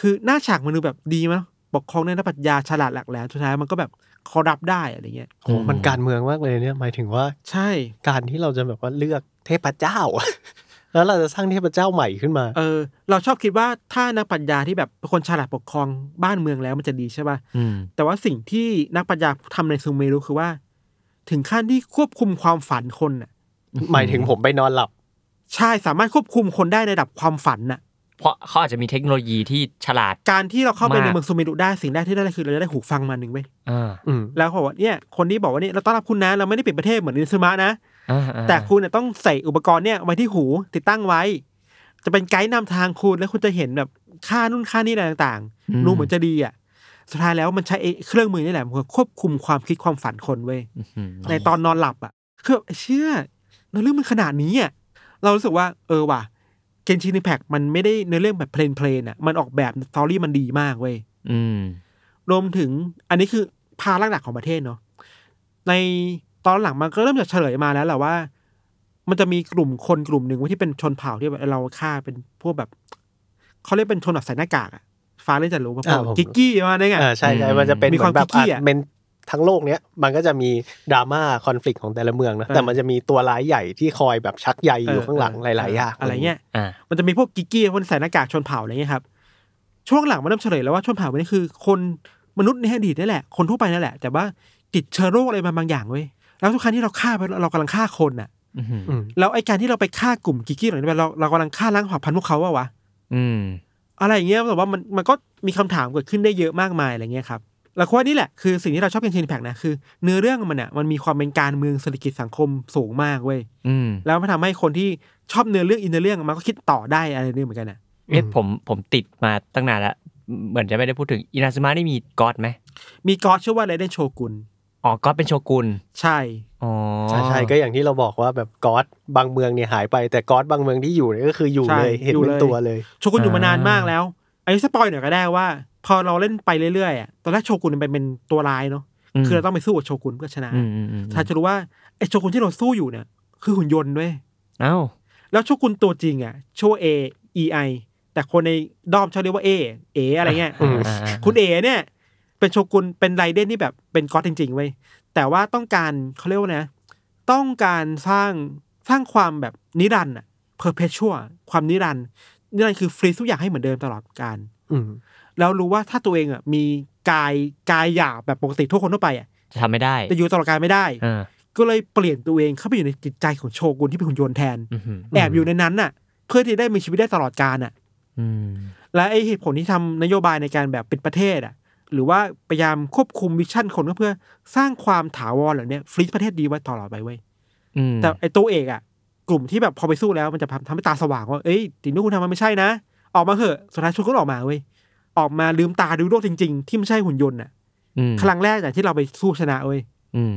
คือหน้าฉากมันดูแบบดีมั้ยปกครองในรับปรัชญาฉลาดหลักแหลมสุดท้ายมันก็แบบคอรับได้อะไรเงี้ย โอ้โหมันการเมืองมากเลยเนี่ยหมายถึงว่า ใช่ การที่เราจะแบบว่าเลือกเทพเจ้า แล้วเราจะสร้างเทพเจ้าใหม่ขึ้นมา เออ เราชอบคิดว่าถ้านักปรัชญาที่แบบเป็นคนฉลาดปกครองบ้านเมืองแล้วมันจะดีใช่ป่ะ อืม แต่ว่าสิ่งที่นักปรัชญาทำในซูเมรุคือว่า ถึงขั้นที่ควบคุมความฝันคนน่ะ หมายถึงผมไปนอนหลับ ใช่สามารถควบคุมคนได้ในระดับความฝันน่ะ เพราะเขาอาจจะมีเทคโนโลยีที่ฉลาด การที่เราเข้าไป มาก ในเมืองซูเมรุได้สิ่งแรกที่ได้คือเราจะได้หูฟังมาหนึ่งเว้ย อ่า อืม แล้วเขาบอกว่าเนี่ยคนที่บอกว่าเนี่ยเราต้อนรับคุณนะเราไม่ได้ปิดประเทศเหมือนอินซูมะนะ อ่าอ่า แต่คุณน่ะต้องใส่อุปกรณ์เนี่ยไว้ที่หูติดตั้งไว้ จะเป็นไกด์นำทางคุณแล้วคุณจะเห็นแบบค่านู่นค่านี่อะไรต่างๆดูเหมือนจะดีอ่ะสุดท้ายแล้วมันใช้ไอ้เครื่องมือนี่แหละมันควบคุมความคิดความฝันคนเว้ย อืม ในตอนนอนหลับอ่ะคือแบบเชื่อเนื้อเรื่องมันขนาดนี้อ่ะเรารู้สึกว่า เออว่ะเกนชิน m แพ c t มันไม่ได้เนื้อเรื่องแบบเพลนเพลนๆอ่ะมันออกแบบสตอรี่มันดีมากเว้ย อืม รวมถึงอันนี้คือพาหลักๆของประเทศเนาะในตอนหลังมันก็เริ่มจะเฉลยมาแล้วแหละว่า มันจะมีกลุ่มคนกลุ่มหนึ่งเว่าที่เป็นชนเผ่าที่แบบเราฆ่าเป็นพวกแบบเขาเรียกเป็นชนแบบใส่หน้ากากอ่ะฟ้าเล่นจะรู้ว่าพวกกิกกี้ประมาได้ไง อ่าใช่ใช่มันจะเป็น มีความ เหอนแบบ ขี้เกียจ อ่ะเป็นทั้งโลกเนี้ยมันก็จะมีดราม่าคอนฟ lict ของแต่ละเมืองนะ เออ แต่มันจะมีตัวร้ายใหญ่ที่คอยแบบชักใยอยู่ข้างหลังหลายๆอย่าง อะไรเงี้ย อ่า มันจะมีพวกกิกกี้คนใส่หน้ากากชนเผ่าอะไรเงี้ยครับ ช่วงหลังมันเริ่มเฉลยแล้วว่าชนเผ่านี้คือ คนมนุษย์ในอดีตนี่แหละ คนทั่วไปนั่นแหละ แต่ว่าติดเชื้อโรคอะไรมาบางอย่างเว้ยแล้วทุกครั้งที่เราฆ่าไปเรากำลังฆ่าคนน่ะ อืม อืม แล้วไอการที่เราไปฆ่ากลุ่มกิกกี้เหล่านี้ไปเราเรากำลังฆ่าล้างเผ่าพันธุ์พวกเขาว่าวะ อืม อะไรอย่างเงี้ยแต่ว่ามันมันก็มีคำถามเกิดขึ้นได้เยอะมากมายอะไรเงี้ยครับเราคิดว่านี่แหละคือสิ่งที่เราชอบกันชินแพกนะคือเนื้อเรื่องมันอ่ะมันมีความเป็นการเมืองเศรษฐกิจสังคมสูงมากเว้ย อืม แล้วมันทำให้คนที่ชอบเนื้อเรื่องอินเนื้อเรื่องมันก็คิดต่อได้อะไรเรื่องเหมือนกันน่ะ เอ๊ะผมผมติดมาตั้งนานละเหมือนจะไม่ได้พูดถึงอินาซึมะนี่มีก๊อตไหม มีกอสชื่อว่าไรเดนโชกุน อ๋อก๊อตเป็นโชกุน ใช่ อ๋อ ใช่ใช่ก็อย่างที่เราบอกว่าแบบก๊อตบางเมืองเนี่ยหายไป แต่ก๊อตบางเมืองที่อยู่เนี่ยก็คืออยู่เลยเห็นเป็นตัวเลย โชกุนอยู่มานานมากแล้วอันนี้สปอยหน่อยก็ได้ว่า พอเราเล่นไปเรื่อยๆอ่ะตอนแรกโชกุนมันเป็นตัวร้ายเนาะ ม คือเราต้องไปสู้กับโชกุนเพื่อชนะ อืมอืมอืม ถ้าจะรู้ว่าไอ้โชกุนที่เราสู้อยู่เนี่ยคือหุ่นยนต์ด้วย เอ้า แล้วโชกุนตัวจริงอ่ะโชเอเอไอแต่คนในด้อมชอบเรียกว่าเอเออะไรเงี้ย อืม อ่าอ่า คุณเอเนี่ย เป็นโชกุนเป็นไรเดนที่แบบเป็นก๊อตจริงๆเว้ยแต่ว่าต้องการเขาเรียกว่านะ ต้องการสร้างสร้างความแบบนิรันดร์อะ perpetual ความนิรันดร์นิรันดร์คือฟรีทุกอย่างให้เหมือนเดิมตลอดการ อืม แล้วรู้ว่าถ้าตัวเองอ่ะมีกายกายหยาบแบบปกติทั่วคนทั่วไปอ่ะ จะทำไม่ได้ แต่อยู่ตลอดกาลไม่ได้ อ่า ก็เลยเปลี่ยนตัวเองเข้าไปอยู่ในจิตใจของโชกุนที่เป็นหุ่นยนต์แทน อือหือ แอบอยู่ในนั้นน่ะ เพื่อที่ได้มีชีวิตได้ตลอดกาลน่ะ อืม และไอเหตุผลที่ทำนโยบายในการแบบปิดประเทศอ่ะ หรือว่าพยายามควบคุมมิชชั่นคนก็เพื่อสร้างความถาวรเหล่าเนี้ยฟรีซประเทศดีไว้ตลอดไปเว้ย อืม แต่ไอตัวเอกอ่ะ กลุ่มที่แบบพอไปสู้แล้วมันจะทำให้ตาสว่างว่า เอ้ยสิ่งที่คุณทำมันไม่ใช่นะ ออกมาเหอะสุดท้ายชุดก็ออกมาเว้ยออกมาลืมตาดูโลกจริง ๆ ที่ไม่ใช่หุ่นยนต์อ่ะ อืม ครั้งแรกอย่างที่เราไปสู้ชนะเว้ย อืม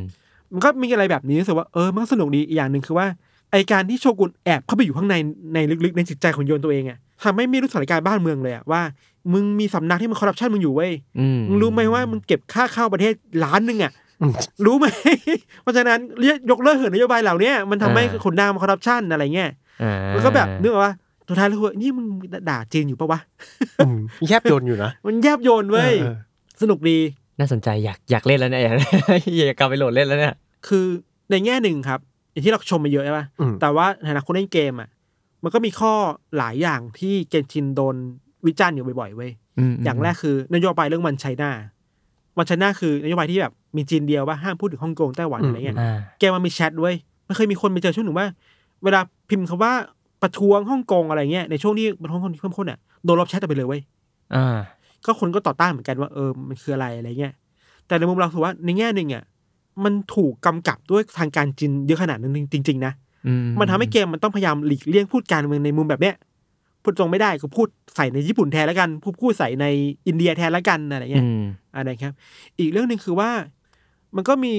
มันก็มีอะไรแบบนี้รู้สึกว่าเออมันก็สนุกดีอีกอย่างหนึ่งคือว่าไอการที่โชกุนแอบเข้าไปอยู่ข้างในในลึกๆในจิตใจของโยนตัวเองอะทำให้ไม่รู้สถานการณ์บ้านเมืองเลยอะว่า มึงมีสำนักที่มันคอร์รัปชันมึงอยู่เว้ย อืม มึงรู้ไหมว่ามึงเก็บค่าข้าวประเทศล้านหนึ่งอะรู้ไหม เพราะฉะนั้นเรียกยกเลิกเหินนโยบายเหล่าเนี้ยมันทำให้คนหน้ามันคอร์รัปชันอะไรเงี้ย อ่า มันก็แบบนึกออกว่าสุดท้ายแล้วคือนี่มึงด่าจีนอยู่ปะวะ อืมแยบยนอยู่นะ มันแยบโยนเว้ย ออ สนุกดี น่าสนใจอยากอยากเล่นแล้วเนี่ย อยาก อยากกลับไปโหลดเล่นแล้วเนี่ย คือในแง่หนึ่งครับอย่างที่เราชมมาเยอะใช่ปะ อืม แต่ว่าในฐานะคนเล่นเกมอ่ะมันก็มีข้อหลายอย่างที่เกนชินโดนวิจารณ์อยู่บ่อยๆเว้ยอย่างแรกคือนโยบายเรื่องวันไชน่าวันไชน่าคือนโยบายที่แบบมีจีนเดียวว่าห้ามพูดถึงฮ่องกงไต้หวันอะไรเงี้ย อ่า แกมันมีแชทเว้ยมันเคยมีคนไปเจอช่วงหนึ่งว่า เวลาพิมพ์คำว่าประท้วงฮ่องกงอะไรเงี้ยในช่วงที่ประท้วงคนที่เพิ่มข้นอ่ะโดนลบแชทออกไปเลยเว้ย อ่า ก็คนก็ต่อต้านเหมือนกันว่าเออมันคืออะไรอะไรเงี้ย แต่ในมุมเราถือว่าในแง่หนึ่งอ่ะมันถูกกำกับด้วยทางการจีนเยอะขนาดนั้นจริงๆนะ อื มันทำให้เกมมันต้องพยายามหลีกเลี่ยงพูดการเมืองในมุมแบบเนี้ยพูดตรงไม่ได้ก็พูดใส่ในญี่ปุ่นแทนแล้วกันพูดพูดใส่ในอินเดียแทนแล้วกันอะไรเงี้ย อืม อะไรครับ อีกเรื่องหนึ่งคือว่ามันก็มี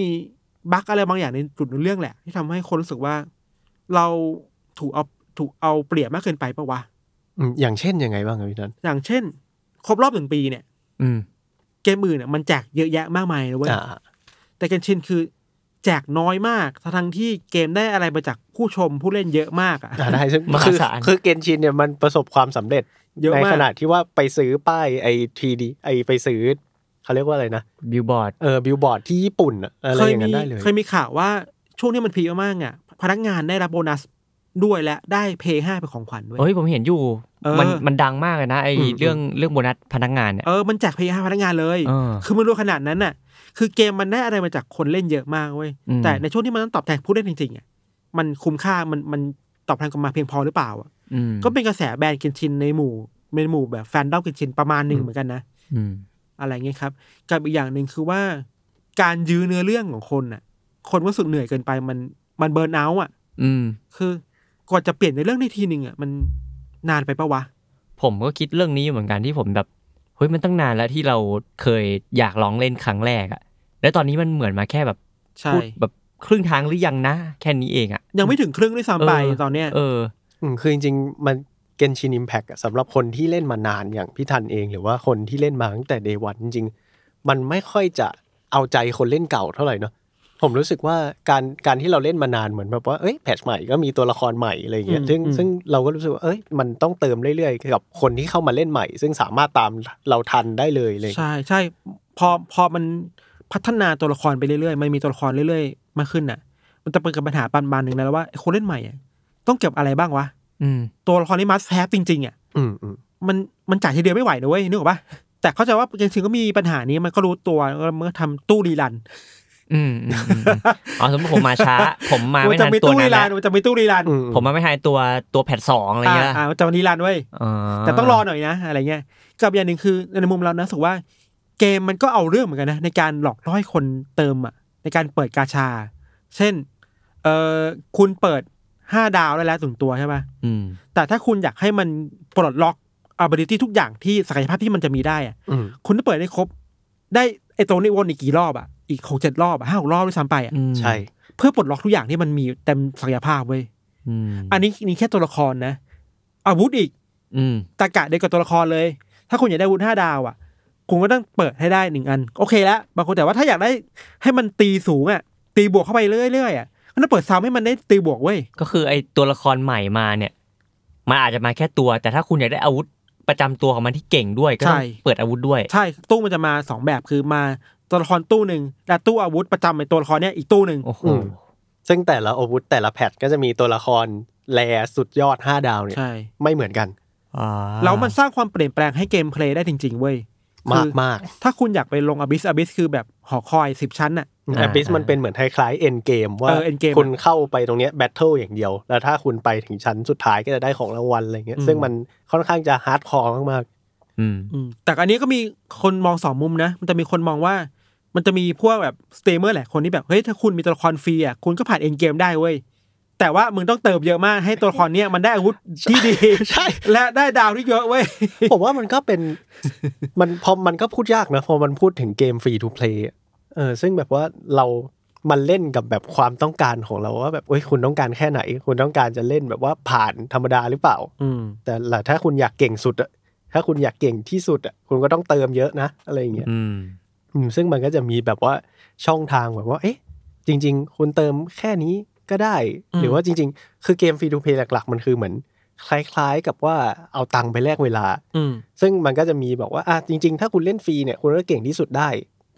บั๊กอะไรบางอย่างในจุดในเรื่องแหละ ที่ทำให้คนรู้สึกว่า เราถูกเอาถูกเอาเปรียบมากเกินไปปะวะ อืมอย่างเช่นยังไงบ้างครับพี่นัน อย่างเช่น ครบรอบหนึ่งปีเนี่ย อืม เกมอื่นเนี่ยมันแจกเยอะแยะมากมายเลยเว้ย อ่า แต่เกนชินคือแจกน้อยมากทั้งที่เกมได้อะไรมาจากผู้ชมผู้เล่นเยอะมากอ่ะ อ่าได้ซึ่ง มหา คือ ศาล คือเกนชินเนี่ยมันประสบความสำเร็จ เยอะ ใน มา ข ก ณะที่ว่าไปซื้อป้ายไอทีดีไอไปซื้อเขาเรียกว่าอะไรนะ บิลบอร์ด เออบิลบอร์ดที่ญี่ปุ่นอะอะไร เค อย ย่างนั้ มี นได้เลย เคยมีข่าวว่าช่วงที่มันพีคมากๆอ่ะ พนักงานได้รับโบนัสด้วยและได้เพย์ห้าเป็นของขวัญด้วย เฮ้ยผมเห็นอยู่ เออ มันมันดังมากเลยนะไอเรื่องเรื่องโบนัสพนักงานเนี่ย เออมันแจกเพย์ห้าพนักงานเลย เออ คือมันรวยขนาดนั้นน่ะ คือเกมมันได้อะไรมาจากคนเล่นเยอะมากเว้ย อืม แต่ในช่วงที่มันต้องตอบแทนผู้เล่นจริงๆอ่ะ มันคุ้มค่ามันมันตอบแทนกลับมาเพียงพอหรือเปล่าอ่ะ อืม ก็เป็นกระแสแบรนด์เกนชินในหมู่ในหมู่แบบแฟนดอมเกนชินประมาณหนึ่งเหมือนกันนะ อืม อะไรเงี้ยครับ กับอีกอย่างหนึ่งคือว่า การยื้อเนื้อเรื่องของคนน่ะ คนรู้สึกเหนื่อยเกินไปมันมันเบิร์นเอาท์อ่ะ อืม คือกว่าจะเปลี่ยนในเรื่องได้ทีหนึ่งอ่ะมันนานไปปะวะ ผมก็คิดเรื่องนี้อยู่เหมือนกันที่ผมแบบเฮ้ยมันตั้งนานแล้วที่เราเคยอยากลองเล่นครั้งแรกอะแล้วตอนนี้มันเหมือนมาแค่แบบ ใช่ พูดแบบครึ่งทางหรือยังนะ แค่นี้เองอะ ยังไม่ถึงครึ่งด้วยซ้ำไป เออ ตอนเนี้ย เออ อืมคือจริงๆ มันเกนชินอิมแพกสำหรับคนที่เล่นมานานอย่างพี่ทันเอง หรือว่าคนที่เล่นมาตั้งแต่เดวันจริงๆ มันไม่ค่อยจะเอาใจคนเล่นเก่าเท่าไหร่เนาะผมรู้สึกว่าการการที่เราเล่นมานานเหมือนแบบว่าเอ้ยแพทชใหม่ก็มีตัวละครใหม่อะไรอย่างเงี้ยซึ่งซึ่งเราก็รู้สึกว่าเอ้ยมันต้องเติมเรื่อยๆกับคนที่เข้ามาเล่นใหม่ ซึ่งสามารถตามเราทันได้เลยอะไรอย่างเลย ใช่ใช่พอพอมันพัฒนาตัวละครไปเรื่อยๆ มันมีตัวละครเรื่อยๆ มากขึ้นน่ะ มันจะเปิดกับปัญหาปันบานหนึ่งแล้วว่าไอ้คนเล่นใหม่อ่ะต้องเก็บอะไรบ้างวะ อืม ตัวละครนี้มัสแทบจริงๆอ่ะ อืมอืม มันมันจ่ายทีเดียวไม่ไหวนะเว้ยนึกออกปะแต่เข้าใจว่าจริงๆก็มีปัญหานี้มันก็รู้ตัวแล้วมันก็ทำตู้รีรัน อืมอืมอืมอืมอ๋อสมมติผมมา ช้า ผมมาไม่ จะ ทัน มี ตัว ตู้รี นั้น รัน แล้ว มันจะมีตู้รีรัน อืม ผมมาไม่ทันตัวตัวแพทสองอะไรเงี้ย อ่ามันจะมีรีรันเว้ย อ๋อ แต่ต้องรอหน่อยนะ อะไรเงี้ยกับอย่างหนึ่งคือในมุมเรานะรู้สึกว่า เกมมันก็เอาเรื่องเหมือนกันนะ ในการหลอกล่อให้คนเติมอ่ะในการเปิดกาชา เช่นเออคุณเปิดห้าดาวได้แล้วถึงตัวใช่ปะ อืม แต่ถ้าคุณอยากให้มันปลดล็อกอาบิลิตี้ทุกอย่างที่ศักยภาพที่มันจะมีได้อ่ะ อืม คุณต้องเปิดได้ครบ ได้ไอ้ตรงนี้วนอีกกี่รอบอ่ะอีกหกเจ็ดรอบอ่ะห้าหกรอบด้วยซ้ำไปอ่ะ อืม ใช่ เพื่อปลดล็อกทุกอย่างที่มันมีเต็มศักยภาพเว้ย อืม อันนี้นี่แค่ตัวละครนะ อาวุธอีก อืม ตากะเดียวกับตัวละครเลย ถ้าคุณอยากได้อาวุธห้าดาวอ่ะ คุณก็ต้องเปิดให้ได้หนึ่งอัน โอเคแล้วบางคนแต่ว่าถ้าอยากได้ให้มันตีสูงอ่ะ ตีบวกเข้าไปเรื่อยๆอ่ะก็ต้องเปิดซ้ำให้มันได้ตีบวกเว้ย ก็คือไอตัวละครใหม่มาเนี่ย มันอาจจะมาแค่ตัว แต่ถ้าคุณอยากได้อาวุธประจำตัวของมันที่เก่งด้วยก็ต้องเปิดอาวุธด้วย ใช่ตู้มันจะมาสองแบบคือมาตัวละครตู้หนึ่งและตู้อาวุธประจำในตัวละครเนี้ยอีกตู้หนึ่ง โอ้โห อืม ซึ่งแต่ละอาวุธแต่ละแพทก็จะมีตัวละครแลสุดยอด 5 ดาวเนี่ย ใช่ ไม่เหมือนกัน แล้วมันสร้างความเปลี่ยนแปลงให้เกมเพลย์ได้จริง ๆ เว้ย มาก คือ มาก ถ้าคุณอยากไปลงอบิสอบิสคือแบบ หอคอยสิบชั้นน่ะ แอบิสมันเป็นเหมือนคล้ายๆเอ็นเกมว่า เออ Endgame คุณเข้าไปตรงเนี้ยแบทเทิลอย่างเดียว แล้วถ้าคุณไปถึงชั้นสุดท้ายก็จะได้ของรางวัลอะไรเงี้ย อืม ซึ่งมันค่อนข้างจะฮาร์ดคอร์มาก อืม อืมแต่อันนี้ก็มีคนมองสองมุมนะ มันจะมีคนมองว่า มันจะมีพวกแบบสเตเมอร์แหละคนที่แบบเฮ้ยถ้าคุณมีตัวละครฟรีอ่ะคุณก็ผ่านเอ็นเกมได้เว้ยแต่ว่ามึงต้องเติมเยอะมากให้ตัวละครเนี้ยมันได้อาวุธที่ ดี ๆ ใช่ และได้ดาวที่เยอะเว้ย ผมว่ามันก็เป็น มันพอมันก็พูดยากนะพอมันพูดถึงเกมฟรีทูเพลย์เออซึ่งแบบว่าเรามันเล่นกับแบบความต้องการของเราว่าแบบเอ้ยคุณต้องการแค่ไหน คุณต้องการจะเล่นแบบว่าผ่านธรรมดาหรือเปล่า อืม แต่ละถ้าคุณอยากเก่งสุดอะถ้าคุณอยากเก่งที่สุดอะคุณก็ต้องเติมเยอะนะอะไรอย่างเงี้ย อืม อืมซึ่งมันก็จะมีแบบว่าช่องทางแบบว่า เอ๊ะ จริง ๆ คุณเติมแค่นี้ก็ได้ อืม หรือว่าจริง ๆ คือเกมฟรีทูเพลย์หลักๆ มันคือเหมือน คล้าย ๆ กับว่าเอาตังค์ไปแลกเวลา อืม ซึ่งมันก็จะมีบอกว่าอ่ะจริง ๆ ถ้าคุณเล่นฟรีเนี่ยคุณก็เก่งที่สุดได้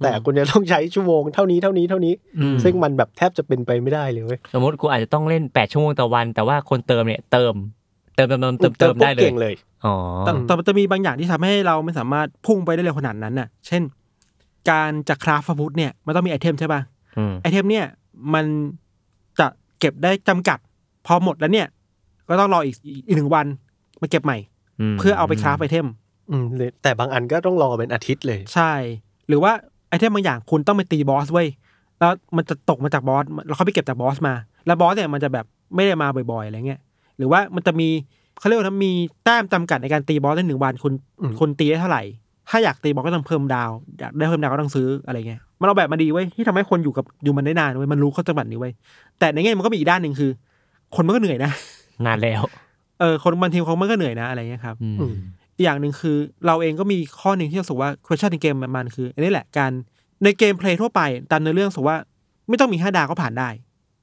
แต่ อืม คุณจะต้องใช้ชั่วโมงเท่านี้เท่านี้เท่านี้ อืม ซึ่งมันแบบแทบจะเป็นไปไม่ได้เลยเว้ย สมมติกูอาจจะต้องเล่นแปดชั่วโมงต่อวัน แต่ว่าคนเติมเนี่ยเติม เติมเติมเติมเติมเติม ปุ๊บ ได้เลย ก่งเลย อ๋อ แต่แต่มันจะมีบางอย่างที่ทำให้เราไม่สามารถพุ่งไปได้เร็วขนาดนั้นน่ะ เช่น การจะคราฟอาวุธเนี่ยมันต้องมีไอเทมใช่ป่ะ อืม ไอเทมเนี่ยมันจะเก็บได้จำกัด พอหมดแล้วเนี่ย ก็ต้องรออีกอีกหนึ่งวันมาเก็บใหม่ ม เพื่อเอาไปคราฟไอเทม อืมเลยแต่บางอันก็ต้องรอเป็นอาทิตย์เลย ใช่ หรือว่าไอเทมบางอย่างคุณต้องไปตีบอสเว้ยแล้วมันจะตกมาจากบอสแล้วเขาไปเก็บจากบอสมา แล้วบอสเนี่ยมันจะแบบไม่ได้มาบ่อยๆอะไรเงี้ยหรือว่ามันจะมีเขาเรียกว่านะมีแต้มจำกัดในการตีบอสในหนึ่งวันคุณ อืม คุณตีได้เท่าไหร่ ถ้าอยากตีบอสก็ต้องเพิ่มดาวอยากได้เพิ่มดาวก็ต้องซื้ออะไรเงี้ยมันเอาแบบมาดีเว้ยที่ทำให้คนอยู่กับอยู่มันได้นานเว้ยมันรู้ข้อจำกัดนี้เว้ยแต่ในแง่มันก็มีอีกด้านหนึ่งคือ คนมันก็เหนื่อยนะ นานแล้ว เออคนบางทีคนมันก็เหนื่อยนะอะไรเงี้ยครับ อืม อืม อีกอย่างหนึ่งคือเราเองก็มีข้อหนึ่งที่รู้สึกว่า question ในเกมมันคืออันนี้แหละการในเกมเพลย์ทั่วไป ตามในอเรื่องรู้สึกว่าไม่ต้องมีห้าดาวก็ผ่านได้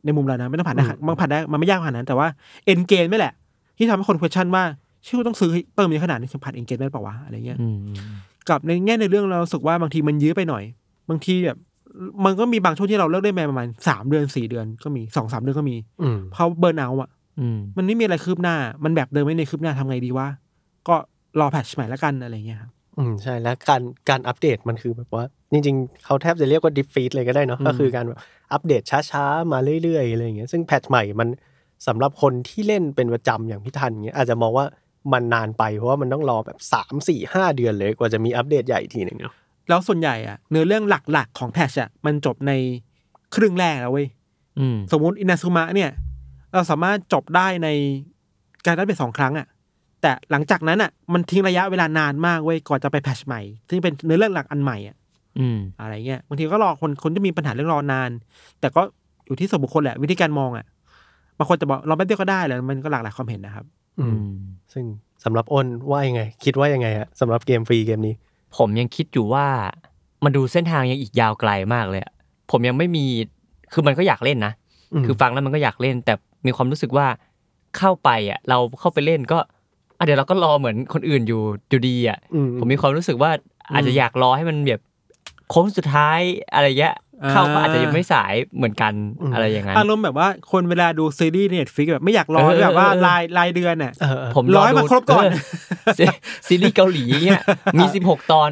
ในมุมเรานะไม่ต้องผ่านได้ อืม มันผ่านได้มันไม่ยากขนาดนั้นแต่ว่าเอ็นเกมนี่แหละ ที่ทำให้คน question ว่าชื่อต้องซื้อเติมเยอะขนาดนี้ฉันผ่านเอ็นเกมได้เปล่าวะอะไรเงี้ย อืม กับในแง่ในเรื่องเรารู้สึกว่าบางทีมันยื้อไปหน่อย บางทีแบบมันก็มีบางช่วงที่เราเลิกเล่นไปประมาณสามเดือนสี่เดือนก็มีสองสามเดือนก็มี อืม เพราะเบิร์นเอาอะ อืม มันไม่มีอะไรคืบหน้า มันแบบเดิมไม่ในคืบหน้าทำไงดีวะ ก็รอแพทชใหม่ละกันอะไรเงี้ยครับ อืมใช่แล้วการการอัปเดตมันคือแบบว่า จริงๆ เขาแทบจะเรียกว่าดิฟฟีดเลยก็ได้เนาะ อืม ก็คือการแบบอัปเดตช้าๆ มาเรื่อยๆอะไรอย่างเงี้ยซึ่งแพทช์ใหม่มันสำหรับคนที่เล่นเป็นประจำอย่างพี่ทันเงี้ยอาจจะมองว่ามันนานไปเพราะว่ามันต้องรอแบบ 3 4 5 เดือนเลยกว่าจะมีอัปเดตใหญ่อีกทีหนึ่งเนาะ แล้วส่วนใหญ่อะเนื้อเรื่องหลักๆของแพทชอะมันจบในครึ่งแรกแล้วเว้ย อืม สมมติอินาซูมะเนี่ย เราสามารถจบได้ในการนัดเป็นสองครั้งอะแต่หลังจากนั้นอะมันทิ้งระยะเวลานานมากเว้ยก่อนจะไปแพทชใหม่ ซึ่งเป็นเนื้อเรื่องหลักอันใหม่อะ อืม อะไรเงี้ยบางทีก็รอคนคนจะมีปัญหาเรื่องรอนาน แต่ก็อยู่ที่ส่วนบุคคลแหละวิธีการมองอะบางคนจะบอกรอแป๊บเดียวก็ได้แหละมันก็หลากหลายความเห็นนะครับ อื อื ม ม ซึ่งสำหรับอ้นว่ายังไง คิดว่ายังไงฮะสำหรับเกมฟรีเกมนี้ ผมยังคิดอยู่ว่ามันดูเส้นทางยังอีกยาวไกลมากเลยอะผมยังไม่มีคือมันก็อยากเล่นนะ อืม คือฟังแล้วมันก็อยากเล่น แต่มีความรู้สึกว่าเข้าไปอ่ะเราเข้าไปเล่นก็อ่ะเดี๋ยวเราก็รอเหมือนคนอื่นอยู่อยู่ดีอ่ะ อืม ผมมีความรู้สึกว่าอาจจะอยากรอให้มันแบบโค้งสุดท้ายอะไรเงี้ย อ่า เข้าก็อาจจะยังไม่สายเหมือนกัน อืม อะไรอย่างนั้น อารมณ์แบบว่าคนเวลาดูซีรีส์เน็ตฟิกแบบไม่อยากรอ เออ แบบว่า เออ รายรายเดือนน่ะ เออเออ ผม รอให้มันครบก่อน เซี ซีรีส์เกาหลีเนี่ยมี 16 ตอน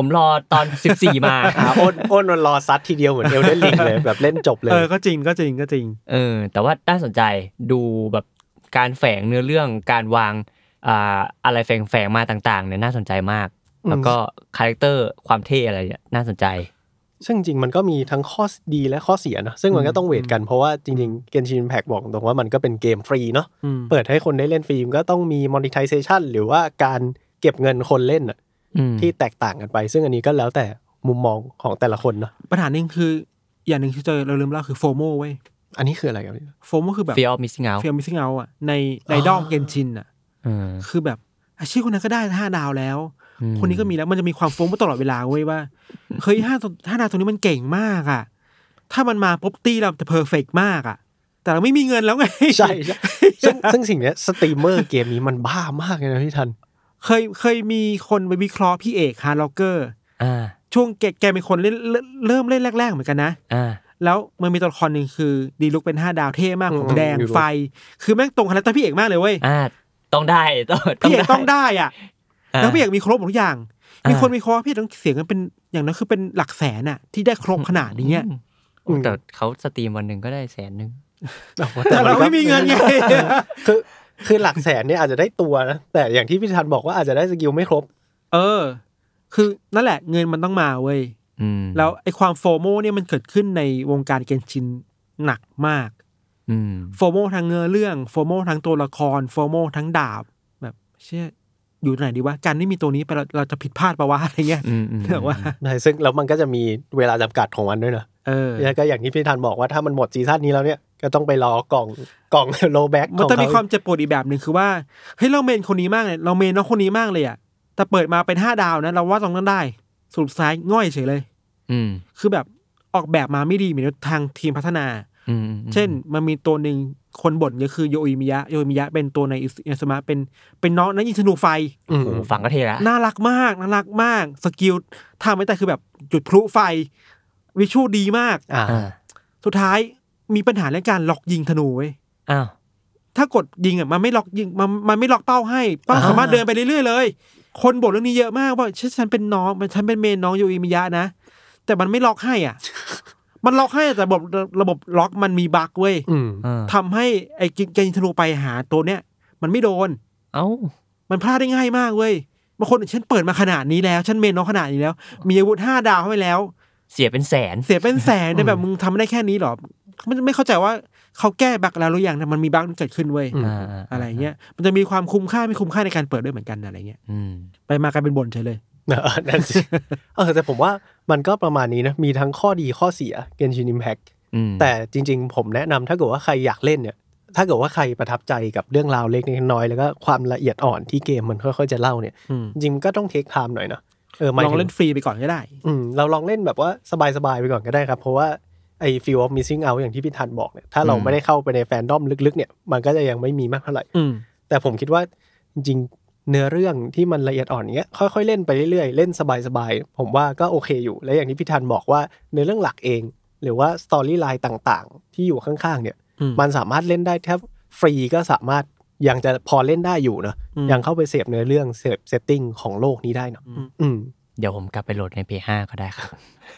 ผมรอตอน 14 มา อ่าอ้นอ้นมันรอซัดทีเดียวเหมือนเอลเดนลิงเลยแบบเล่นจบเลย เออก็จริงก็จริงก็จริง เออแต่ว่าน่าสนใจดูแบบการแฝงเนื้อเรื่องการวางอ่าอะไรแฝงๆมาต่างๆเนี่ยน่าสนใจมาก อืม แล้วก็คาแรคเตอร์ความเท่อะไรเนี่ยน่าสนใจ ซึ่งจริงๆมันก็มีทั้งข้อดีและข้อเสียเนอะซึ่งมันก็ต้องเวทกันเพราะว่าจริงๆเกนชินแพ c บอกตรงว่ามันก็เป็นเกมฟรีเนาะ อืม เปิดให้คนได้เล่นฟรีมันก็ต้องมี monetization หรือว่าการเก็บเงินคนเล่นน่ะ อืม ที่แตกต่างกันไป ซึ่งอันนี้ก็แล้วแต่มุมมองของแต่ละคนเนาะ ปัญหาหนึ่งคืออย่างหนึ่งที่เจอเราลืมเล่าคือโฟโมเว้ย อันนี้คืออะไรครับ โฟโมคือแบบ เฟียร์มิสซิงเอา เฟียมิซิงเอาอะในในดอมเกนชินอะคือแบบอาชีพคนนั้นก็ได้ห้าดาวแล้ว คนนี้ก็มีแล้วมันจะมีความโฟมตลอดเวลาเว้ยว่าเฮ้ยห้าห้าดาวตรงนี้มันเก่งมากอะถ้ามันมาปุ๊บตีเราจะเพอร์เฟกมากอะแต่เราไม่มีเงินแล้วไง ใช่ใช่ซึ่งซึ่งสิ่งเนี้ยสตรีมเมอร์เกมนี้มันบ้ามากเลยนะพี่ทัน เคยเคยมีคนไปวิเคราะห์พี่เอกฮาร์ล็อกเกอร์ อ่า ช่วงแกแกเป็นคนเล่นเริ่มเริ่มเล่นแรก ๆ เหมือนกันนะ อ่า แล้วมันมีตัวละครหนึ่งคือดีลุกเป็นห้าดาวเท่มากผ อื ม ม แดง ดีลุค ไฟ คือแม่งตรงคาแรคเตอร์พี่เอกมากเลยเว้ย อ่าต้องได้ต้อง พี่เอกต้องได้อ่ะ แล้วพี่เอกมีครบหมดทุกอย่าง ามี มีคนมีคอพี่เอกต้องเสียเงกันเป็น อย่างน้อยคือเป็นหลักแสนอะที่ได้ครบขนาดนี้อะ อืมแต่เขาสตรีมวันหนึ่งก็ได้แสนหนึ่ง แต่เราไม่มีเงินไง คือคือหลักแสนเนี่ยอาจจะได้ตัวนะแต่อย่างที่พี่ธันบอกว่าอาจจะได้สกิลไม่ครบ เออ คือนั่นแหละเงินมันต้องมาเว้ย อืม แล้วไอ้ความโฟโมเนี่ยมันเกิดขึ้นในวงการเกนชินหนักมาก อืม โฟโมทั้งเนื้อเรื่อง โฟโมทั้งตัวละคร โฟโมทั้งดาบ แบบเชื่ออยู่ไหนดีวะการไม่มีตัวนี้ไปเราเราจะผิดพลาดปะวะอะไรเงี้ย อืมอืม แต่ว่า ใช่ซึ่งแล้วมันก็จะมีเวลาจำกัดของมันด้วยนะ เออ แล้วก็อย่างที่พี่ธันบอกว่าถ้ามันหมดซีซั่นนี้แล้วเนี่ยก็ต้องไปรอกล่องกล่อง โลแบ็ก มันจะมีความเจ็บปวดอีกแบบหนึ่งคือว่าเฮ้ยเราเมนคนนี้มากเลยเราเมนน้องคนนี้มากเลยอ่ะแต่เปิดมาเป็นห้าดาวนะเราว่าตรงนั้นได้สรุปซ้ายง่อยเฉยเลย อืม คือแบบออกแบบมาไม่ดีเหมือนทางทีมพัฒนา อืมอืม เช่นมันมีตัวหนึ่งคนบ่นก็คือโยอิมิยะโยอิมิยะเป็นตัวในอิอิสมะเป็นเป็นน้องนักยิงธนูไฟ อืม โอ้โหฟังก็เทละ น่ารักมากน่ารักมาก สกิลทำไม่แต่คือแบบจุดพลุไฟ วิชวลดีมาก อ่า อ่า สุดท้ายมีปัญหาเรื่องการล็อกยิงธนูเว้ย อ้าว ถ้ากดยิงอ่ะมันไม่ล็อกยิงมันมันไม่ล็อกเป้าให้เป้า อ่า สามารถเดินไปเรื่อยๆเลย คนบ่นเรื่องนี้เยอะมากว่าฉันฉันเป็นน้องฉันเป็นเมนน้องโยอิมิยะนะ แต่มันไม่ล็อกให้อ่ะ มันล็อกให้แต่ระบบระบบล็อกมันมีบั๊กเว้ย อืม อ่า ทำให้ไอ้เกนทนูไปหาตัวเนี้ยมันไม่โดน เอ้า มันพลาดได้ง่ายมากเว้ยบางคนฉันเปิดมาขนาดนี้แล้ว ฉันเมนน้องขนาดนี้แล้ว มีอาวุธห้าดาวเข้าไปแล้ว เสียเป็นแสน เสียเป็นแสนแต่แบบมึงทำได้แค่นี้เหรอมันไม่เข้าใจว่าเขาแก้บักแล้วหรือยังนะมันมีบักเกิดขึ้นเว้ย อืม อ่าา อะไรเงี้ยมันจะมีความคุ้มค่าไม่คุ้มค่าในการเปิดด้วยเหมือนกันอะไรเงี้ย อืม ไปมากลายเป็นบ่นเฉยเลย เออ นั่นสิเออแต่ผมว่ามันก็ประมาณนี้นะ มีทั้งข้อดีข้อเสียเกนชินอิมแพ t อืม แต่จริงๆ ผมแนะนำถ้าเกิดว่าใครอยากเล่นเนี่ย ถ้าเกิดว่าใครประทับใจกับเรื่องราวเล็กน้อยๆแล้วก็ความละเอียดอ่อนที่เกมมันค่อยๆจะเล่าเนี่ย อืม จริงๆก็ต้องเทคไทม์หน่อยนะเออหมาย ลอง ถึง เล่นฟรีไปก่อนก็ได้ อืมเราลองเล่นแบบว่าสบาย ๆ ไปก่อนก็ได้ครับ เพราะว่าไอ้ feel of missing out อย่างที่พี่ทันบอกเนี่ยถ้าเราไม่ได้เข้าไปในแฟนดอมลึก ๆ เนี่ย มันก็จะยังไม่มีมากเท่าไหร่ อืม แต่ผมคิดว่าจริง ๆ เนื้อเรื่องที่มันละเอียดอ่อนเงี้ยค่อย ๆ เล่นไปเรื่อย ๆ เล่นสบาย ๆ ผมว่าก็โอเคอยู่ และอย่างที่พี่ทันบอกว่าในอเรื่องหลักเอง หรือว่าสตอรี่ไลน์ต่างๆ ที่อยู่ข้างๆเนี่ย อืม มันสามารถเล่นได้แทบฟรีก็สามารถยังจะพอเล่นได้อยู่เนอะ อืม ยังเข้าไปเสพเนื้อเรื่องเสพเซตติ้งของโลกนี้ได้เนอะอืม เดี๋ยวผมกลับไปโหลดใน P5 ก็ได้ครับ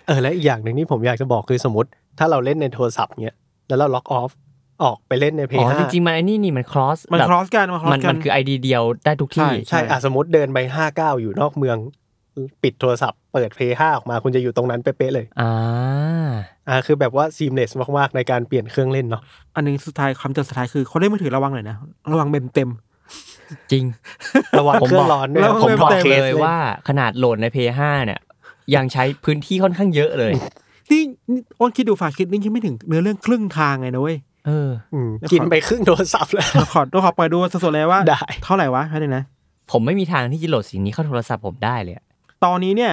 เออและอีกอย่างหนึ่งที่ผมอยากจะบอกคือสมมติ ถ้าเราเล่นในโทรศัพท์เนี้ยแล้วเราล็อกออฟออกไปเล่นในเพ อ๋ ย์ อ ห้า จริงๆ มันไอ้นี่นี่มัน cross มัน แบบ cross กันมัน cross มัน กัน มันคือไอดีเดียวได้ทุกที่ ใช่ ใช่อ่ะสมมติเดินไปห้าเก้าอยู่นอกเมือง ปิดโทรศัพท์เปิดเพย์ห้าออกมาคุณจะอยู่ตรงนั้นเป๊ะๆเลย อ่า อ่าคือแบบว่าซีมเลสมากๆ ในการเปลี่ยนเครื่องเล่นเนาะ อันหนึงสุดท้ายคำเตือนสุดท้ายคือคนเล่นมือถือระวังหน่อยนะระวังเมมเต็ม จริง ระวัง ผม เครื่ บ อ อก งร้อนด้วยนะ ระวัง ผม เว็บ บอก บอก เคส เล เลยย ว่าขนาดโหลดใน P5 เนี่ย ยังใช้พื้นที่ค่อนข้างเยอะเลย นี่นี่อ้นคิดดูฝากคิดนี่ยังไม่ถึงเนื้อเรื่องครึ่งทางไงนะเว้ย เออ อืมกินไปครึ่งโทรศัพท์แล้ว เราขอเราขอเปิดดูสดๆเลยว่า ได้ เท่าไหร่วะแค่นี้นะ ผมไม่มีทางที่จะโหลดสิ่งนี้เข้าโทรศัพท์ผมได้เลยอะ ตอนนี้เนี่ย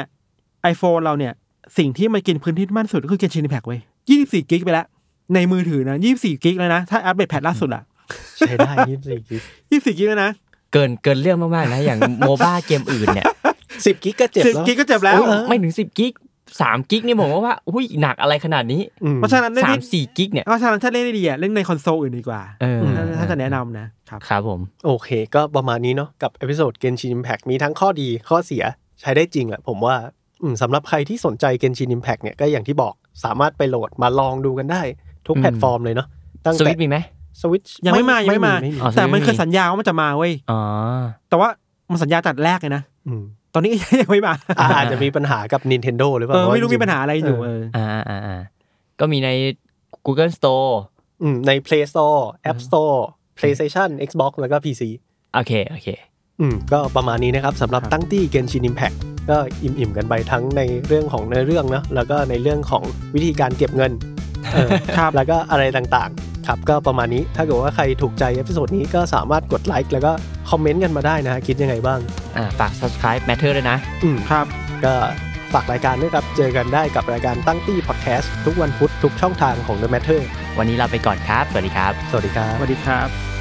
iPhone เราเนี่ย สิ่งที่มันกินพื้นที่มากที่สุดก็คือเกนชินแพ็กเว้ยยี่สิบสี่กิกไปแล้ว ในมือถือนะยี่สิบสี่กิกแล้วนะ ถ้าอัปเดตแพทล่าสุดอะ ใช้ได้ยี่สิบกิก ยี่สิบสี่กิกแล้วนะ เกินเกินเรื่องมากๆนะ อย่างโมบ้าเกมอื่นเนี่ย สิบกิกก็เจ็บ สิบ แล้ว กิกก็เจ็บแล้ว โอ้ไม่ถึงสิบกิกสามกิกนี่ผมว่าอุ้ยหนักอะไรขนาดนี้ อืม เพราะฉะนั้นเล่น สาม ที่ สี่กิกเนี่ย เพราะฉะนั้นถ้าเล่นได้ดีอะเล่นในคอนโซลอื่นดีกว่า เออ ถ้าถ้าจะแนะนำนะครับ ครับผม โอเค ก็ประมาณนี้เนาะกับเอพิโซดเกนชินอิมแพกมีทั้งข้อดีข้อเสียใช้ได้จริงแหละผมว่าอืมสำหรับใครที่สนใจเกนชินอิมแพกเนี่ยก็อย่างที่บอกสามารถไปโหลดมาลองดูกันได้ ทุก อืม แพลตฟอร์มเลยเนาะตั้ง ส แต่ วิตช์มีไหม สวิตช์ ยังไม่มายังไม่มา อ๋อ แต่มัน ไม่มี เคยสัญญาว่ามันจะมาเว้ย อ๋อ แต่ว่ามันสัญญาตัดแรกเลยนะ อืม ตอนนี้ ยังไม่มา อ่าอาจจะมีปัญหากับ Nintendo หรือเป เอ ล่า อไม่รู้ เพจ มีปัญหาอะไรอยู่เออ อ่าอ่าอ่าก็มีใน Google Store อืมใน Play Store App Store PlayStation Xbox แล้วก็ PC โอเค โอเค อืมก็ประมาณนี้นะครับสำหรับ ครับ ตั้งตี้เกนชินอิมแพ t ก็อิ่มๆกันไปทั้งในเรื่องของเนื้อเรื่องเนาะแล้วก็ในเรื่องของวิธีการเก็บเงิน ครับ แล้วก็อะไรต่างๆ ครับ ก็ประมาณนี้ถ้าเกิดว่าใครถูกใจเอพิโซดนี้ก็สามารถกดไลค์แล้วก็คอมเมนต์กันมาได้นะฮะคิดยังไงบ้าง อ่าฝาก subscribe matter ด้วยนะ อืม ครับ ก็ฝากรายการด้วยครับ เจอกันได้กับรายการตั้งตี้พอดแคสต์ทุกวันพุธทุกช่องทางของ The Matter วันนี้ลาไปก่อนครับ สวัสดีครับ สวัสดีครับ สวัสดีครับ